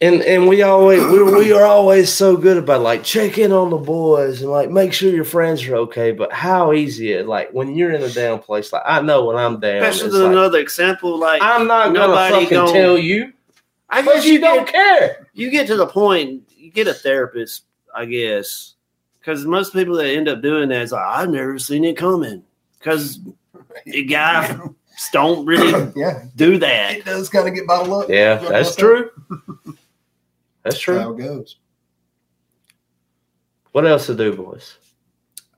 and and we always we we are always so good about like check in on the boys and like make sure your friends are okay. But how easy it like when you're in a down place? Like I know when I'm down, Especially it's with like, another example, like I'm not gonna nobody fucking gonna- tell you, I but you don't care. you get to the point, you get a therapist, I guess, because most people that end up doing that is like, I've never seen it coming, because the guy don't really yeah, do that. it does kind of get bottled up. Yeah, Like I that's said, true. That's that's true. How it goes. What else to do, boys?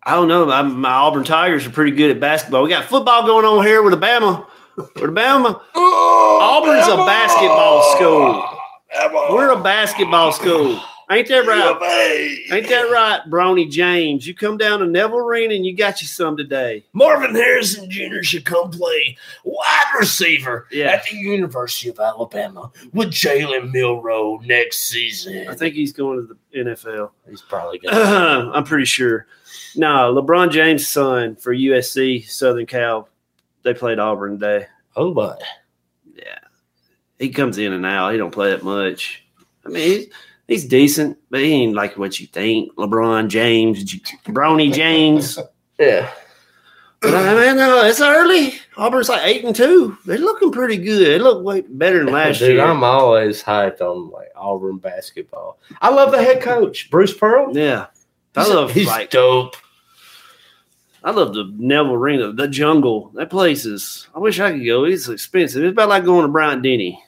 I don't know. i my Auburn Tigers are pretty good at basketball. We got football going on here with Alabama. With Alabama, Auburn's a basketball school. We're a basketball school. Ain't that right? Ain't that right, Brony James? You come down to Neville Arena and you got you some today. Marvin Harrison Jr. should come play wide receiver Yeah. at the University of Alabama with Jalen Milrow next season. I think he's going to the NFL. He's probably gonna. I'm pretty sure. No, LeBron James' son for USC Southern Cal. They played Auburn today. Oh my. He comes in and out. He don't play that much. I mean, he's, he's decent, but he ain't like what you think. LeBron James, J- Bronny James. Yeah. But I mean, no, it's early. Auburn's like eight and two. They're looking pretty good. They look way better than last Dude, year. I'm always hyped on like Auburn basketball. I love the head coach, Bruce Pearl. yeah, I He's- love he's like dope. I love the Neville Arena, the jungle. That place is. I wish I could go. It's expensive. It's about like going to Bryant Denny.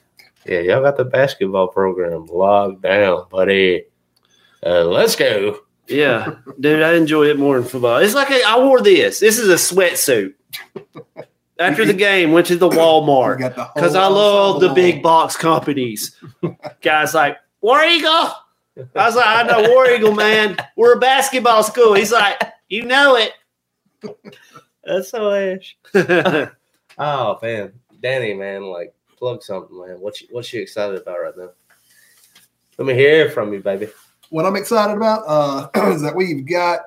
Yeah, y'all got the basketball program locked down, buddy. Uh, let's go. Yeah, dude, I enjoy it more than football. It's like a, I wore this. This is a sweatsuit. After the game, went to the You Walmart got the whole because I love the ensemble. big box companies. Guys like War Eagle. I was like, I know War Eagle, man. We're a basketball school. He's like, you know it. That's so ash. I Oh man, Danny, man, like plug something, man. What you what you excited about right now? Let me hear from you, baby. What I'm excited about uh, is that we've got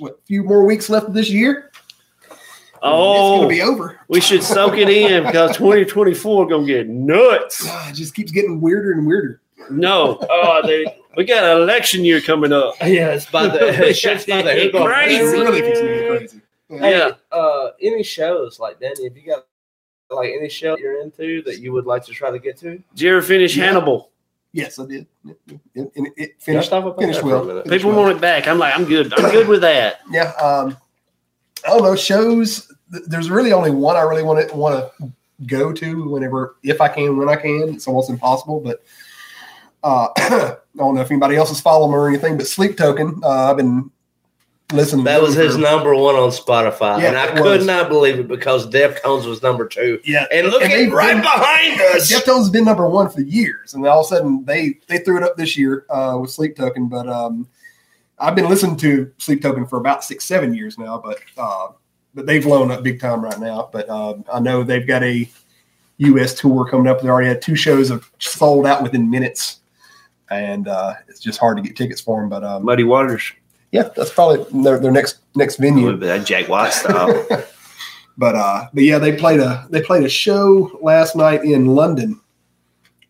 what few more weeks left of this year. Oh. it's gonna be over. We should soak it in because 2024 gonna get nuts. Ah, it just keeps getting weirder and weirder. No, oh, dude, we got an election year coming up. Yeah, it's by the- it's just by the hook on- It Crazy. really gets me crazy. Hey, Yeah. uh, any shows like Danny? If you got like any show you're into that you would like to try to get to, Did you ever finish Yeah. Hannibal? Yes, I did. It, it- it- it Y'all finished. stop about Finished that for a well. minute. Finished People well. want it back. I'm like, I'm good. I'm good with that. Yeah. Um, I don't know. Shows. th- There's really only one I really want to want to go to whenever, if I can, when I can. It's almost impossible, but uh, I don't know if anybody else is following or anything. But Sleep Token, uh, I've been listen. That was his for- number one on Spotify, Yeah, and I it could was. not believe it because Deftones was number two. Yeah, And look And at they've right been- behind us. Deftones has been number one for years, and all of a sudden they they threw it up this year uh, with Sleep Token. But um, I've been listening to Sleep Token for about six seven years now, but uh, but they've blown up big time right now. But um, I know they've got a U.S. tour coming up. They already had two shows have sold out within minutes, and uh, it's just hard to get tickets for them. But um, Muddy Waters, yeah, that's probably their, their next next venue. that Jack White style. But uh, but yeah, they played a they played a show last night in London.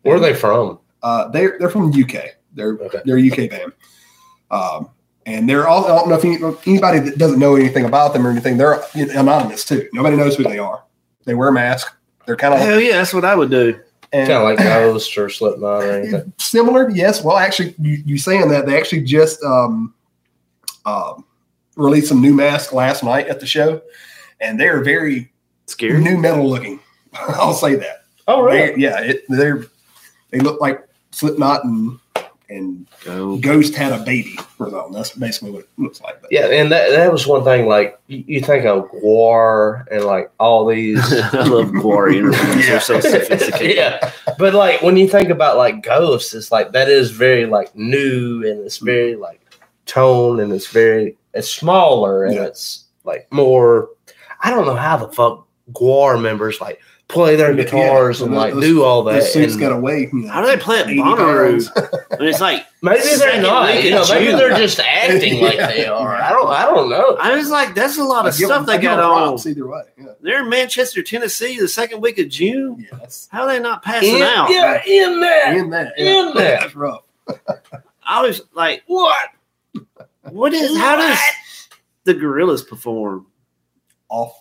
Where are they from? Uh, they're they're from UK. They're Okay. they're a UK band, um, and they're all. I don't know if any, anybody that doesn't know anything about them or anything. They're anonymous too. Nobody knows who they are. They wear a mask. They're kind of Hell yeah, that's what I would do. Kind of like Ghost or Slipknot or anything. similar. Yes. Well, actually, you, you saying that they actually just um, um, released some new masks last night at the show, and they're very Scary. new metal looking. I'll say that. Oh, They- yeah, it, they're they look like Slipknot and and Go. Ghost had a baby or something. That's basically what it looks like. But Yeah, and that, that was one thing. Like you, you think of Guar and like all these. I love quarry interviews. They're so sophisticated. yeah, but like when you think about like ghosts, it's like that is very like new and Mm-hmm. it's very like tone and it's very it's smaller and Yeah. it's like more. I don't know how the fuck Guar members like play their Yeah, guitars so and those- like those- do all the that. suit's and got away. You know, How do they play at 80 Bonnaroo? pounds. And it's like maybe they're Second not. week You in know, maybe June. they're just acting like they Yeah. are. I don't. I don't know. I was like, that's a lot I of give stuff them- I they give got them on. props Either way, yeah. They're in Manchester, Tennessee, the second week of June. yeah that's, How are they not passing In, out? yeah, in that. in that, yeah, In that. that's rough. I was like, What? what is? How does the Gorillas perform? Off.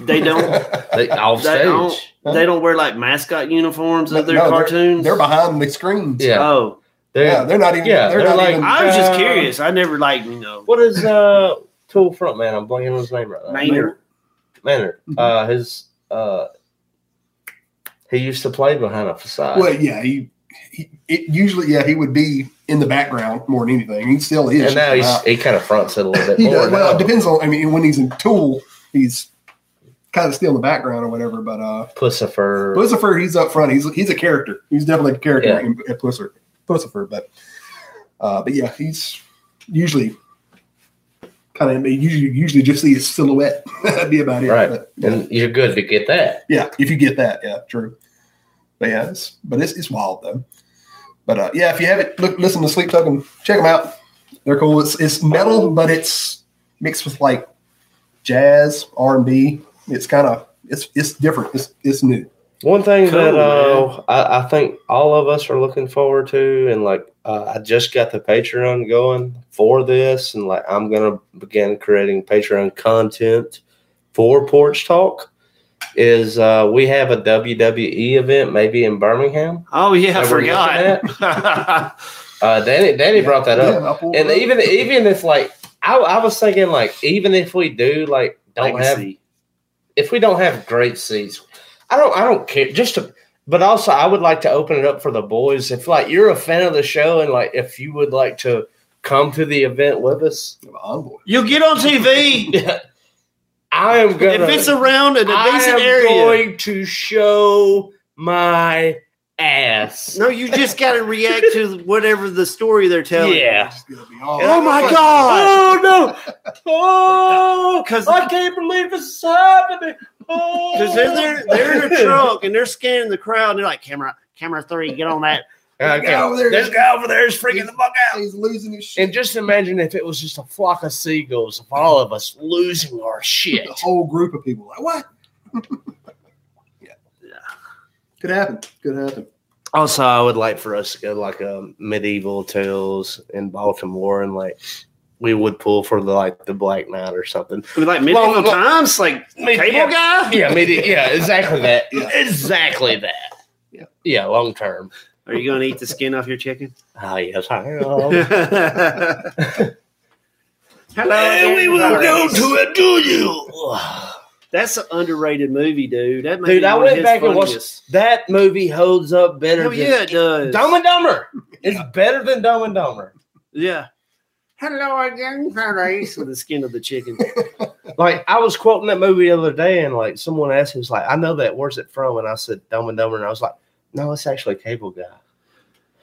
They don't. They, off They don't. stage. They don't wear like mascot uniforms of their No, they're- cartoons. They're behind the screens. Yeah. Oh, They're, Uh, yeah, they're not even. Yeah, they're, they're not like- even. I was just Uh, curious. I never like you know What is uh Tool front man? I'm blanking on his name right now. Maynard. Maynard. Mm-hmm. Uh, his uh, he used to play behind a facade. well, yeah, he, he. It usually, yeah, he would be in the background more than anything. He still is. and now just he's, not- he kind of fronts it a little bit He more. does. Well, it now. depends on. I mean, when he's in Tool, he's kind of still in the background or whatever. But uh, Pussifer. Lucifer, he's up front. He's he's a character. He's definitely a character Yeah. in, at Lucifer. Lucifer, but uh, but yeah, he's usually kind of usually usually just see his silhouette. That'd be about it. Right. But, yeah. and you're good to get that. Yeah, if you get that, yeah, true. But yeah, it's, but it's, it's wild though. But uh, yeah, if you haven't look, listen to Sleep Token, check them out. They're cool. It's it's metal, but it's mixed with like jazz, R and B. It's kind of it's it's different. It's it's new. One thing Cool, that man. uh, I, I think all of us are looking forward to, and like uh, I just got the Patreon going for this, and like I'm gonna begin creating Patreon content for Porch Talk. Is uh, we have a WWE event maybe in Birmingham? Oh yeah, I That we're forgot. Uh, Danny, Danny brought that up, Yeah, I'll pull it and up. even even if like I, I was thinking like even if we do like don't have Legacy. if we don't have great seats, I don't I don't care. Just to, but also I would like to open it up for the boys. If like you're a fan of the show and like if you would like to come to the event with us, Envoy. You'll get on TV I am gonna. if it's around in a I decent am area. going to show my ass. No, you just got to react to whatever the story they're telling. Yeah. It's gonna be all Oh my Like, God. Oh no! Oh, Because I can't believe this is happening. Oh, because they're there, they're in a trunk and they're scanning the crowd. And they're like, camera, camera three, get on that. I can't- Go over there. This guy over there is freaking the fuck out. He's losing his shit. And just imagine if it was just a flock of seagulls of all of us losing our shit. The whole group of people like what? yeah. Yeah. Could happen. Could happen. Also, I would like for us to go to like a medieval tales in Baltimore and like we would pull for the like the Black Knight or something. We're like medieval Long- long- times, like Medi- cable yeah. guy. Yeah, medi- yeah, exactly that. Yeah. Exactly that. Yeah. Yeah, long term. Are you going to eat the skin off your chicken? Ah, yes, I am. Hello. Hey, we will everybody. go to it, do you? That's an underrated movie, dude. That may Dude, be I one of went his back and watched- funniest. That movie holds up better Hell than yeah, it does. Dumb and Dumber. It's better than Dumb and Dumber. Yeah. Hello again, Clarice. with the skin of the chicken. Like I was quoting that movie the other day, and like someone asked me, was like, "I know that. Where's it from?" And I said, "Dumb and Dumber," and I was like, "No, it's actually Cable Guy."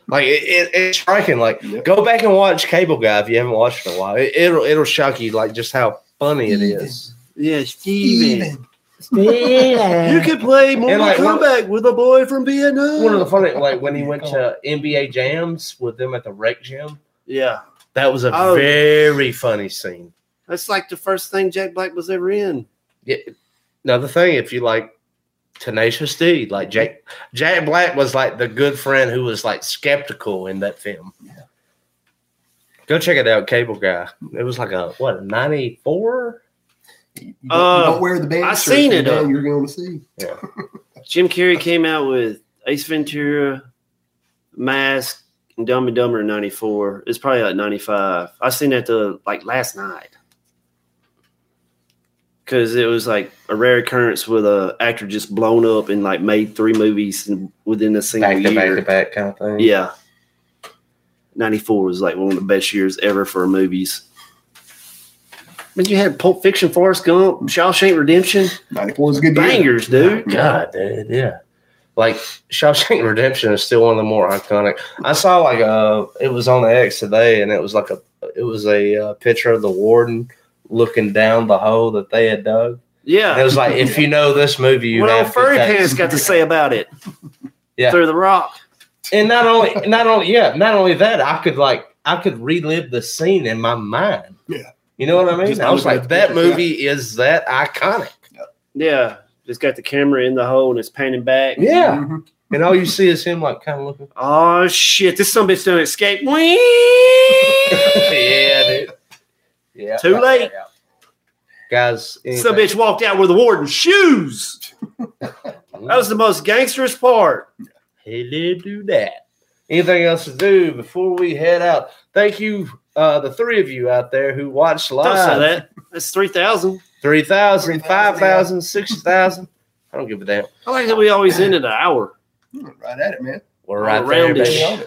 Like it, it, it's striking. Like Yep. go back and watch Cable Guy if you haven't watched it in a while. It, it'll it'll shock you like just how funny it is. Yeah, Steven. You Yeah. could play Mortal like, one- Kombat with a boy from Vietnam. One of the funny, like when he went to NBA jams with them at the rec gym, yeah, that was a Oh. very funny scene. that's like the first thing Jack Black was ever in. Yeah. Another thing, if you like Tenacious D, like Jack Jack Black was like the good friend who was like skeptical in that film. Go check it out, Cable Guy. It was like a what ninety four. You, don't- you Uh, don't wear the band. I shirt seen every it, day uh, You're going to see. Jim Carrey came out with Ace Ventura, Mask, and Dumb and Dumber in '94. It's probably like '95. I seen that the like last night because it was like a rare occurrence with a actor just blown up and like made three movies in, within a single Back to year. back to back kind of thing. Yeah. 94 was like one of the best years ever for movies. But you had Pulp Fiction, Forrest Gump, Shawshank Redemption, 94 is a good year. bangers, dude. God, dude, yeah. Like Shawshank Redemption is still one of the more iconic. I saw like uh it was on the X today, and it was like a, it was a uh, picture of the warden looking down the hole that they had dug. And it Yeah. was like, if you know this movie, you What all have furry to take- pants got to say about it? Yeah. Through the rock. And not only, not only, yeah, not only that, I could like, I could relive the scene in my mind. Yeah. you know what I mean. Just I was looking like, at the that picture, movie is that iconic, Yeah. It's got the camera in the hole and it's panning back. yeah. Mhm. And all you see is him like kind of looking. Oh shit, this some bitch done escape. Whee! yeah, dude. Yeah. Too yeah, late. yeah. guys. Some anything- bitch walked out with the warden's shoes. That was the most gangsterous part. He did do that. Anything else to do before we head out? Thank you, uh, the three of you out there who watched live. Don't say that. That's 3,000. 3,000, 3,000, 5,000, 6,000. I don't give a damn. I like that we always end at an hour. Right at it, man. We're right there, Around it. baby.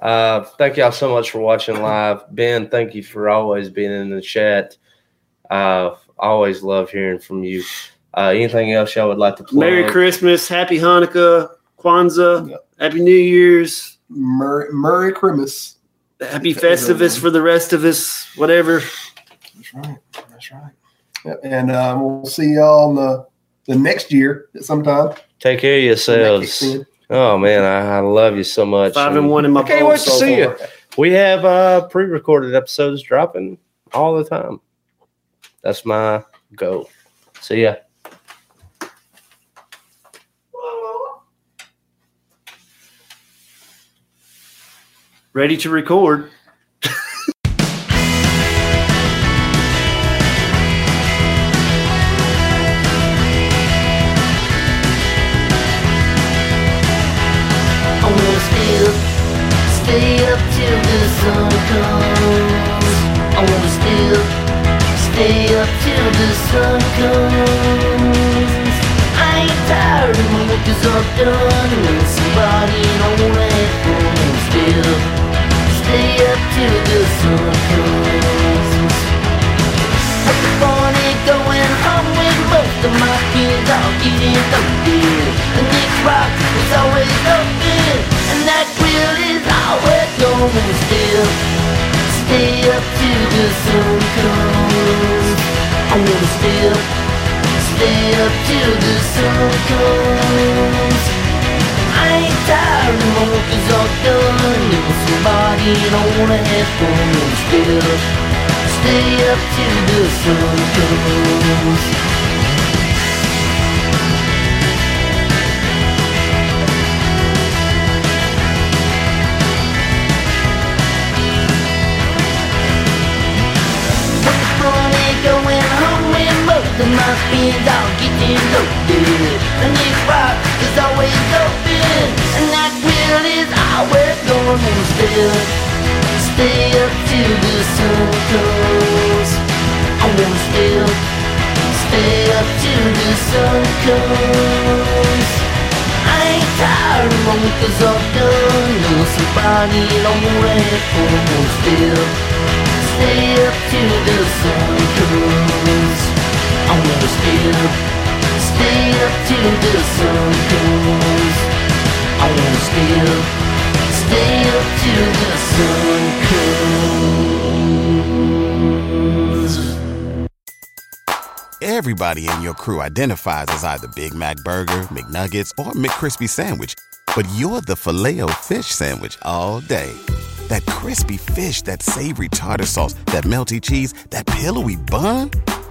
Uh, thank y'all so much for watching live. Ben, thank you for always being in the chat. Uh, always love hearing from you. Uh, anything else y'all would like to plug? Merry Christmas, Happy Hanukkah, Kwanzaa, Yep. Happy New Year's, Murray, Murray Crimus. Happy That's a good Festivus one. for the rest of us, whatever. That's right. That's right. Yep. And um, we'll see y'all in the, the next year at some time. Take care of yourselves. Oh man, I, I love you so much. Five and one in my I can't wait polls to so see you. far. We have uh, pre-recorded episodes dropping all the time. That's my goal. See ya. Ready to record. I wanna stay up, stay up till the sun comes. I wanna stay up, stay up till the sun comes. I ain't tired and my work is all done. And when somebody don't wanna help, I wanna stay up, stay up till the sun comes. Up the morning, going home with most of my kids all getting open. The next rock is always open, and that grill is always going still. Stay up till the sun comes. I wanna stay up, stay up till the sun comes. I ain't tired, and my work is all done. If somebody don't wanna have fun, I'm still stay up till the sun comes. money going home with most of my friends all getting loaded. The next rock is always open, and that grill is always going home still. Stay up till the sun comes. I wanna stay up, stay up till the sun comes. I ain't tired of my week is all done. No, somebody don't wanna help, I'm still. stay up till the sun comes. I wanna stay up, stay up till the sun comes. I wanna stay up, stay up till the sun comes. Everybody in your crew identifies as either Big Mac Burger, McNuggets, or McCrispy Sandwich. But you're the filet fish Sandwich all day. That crispy fish, that savory tartar sauce, that melty cheese, that pillowy bun.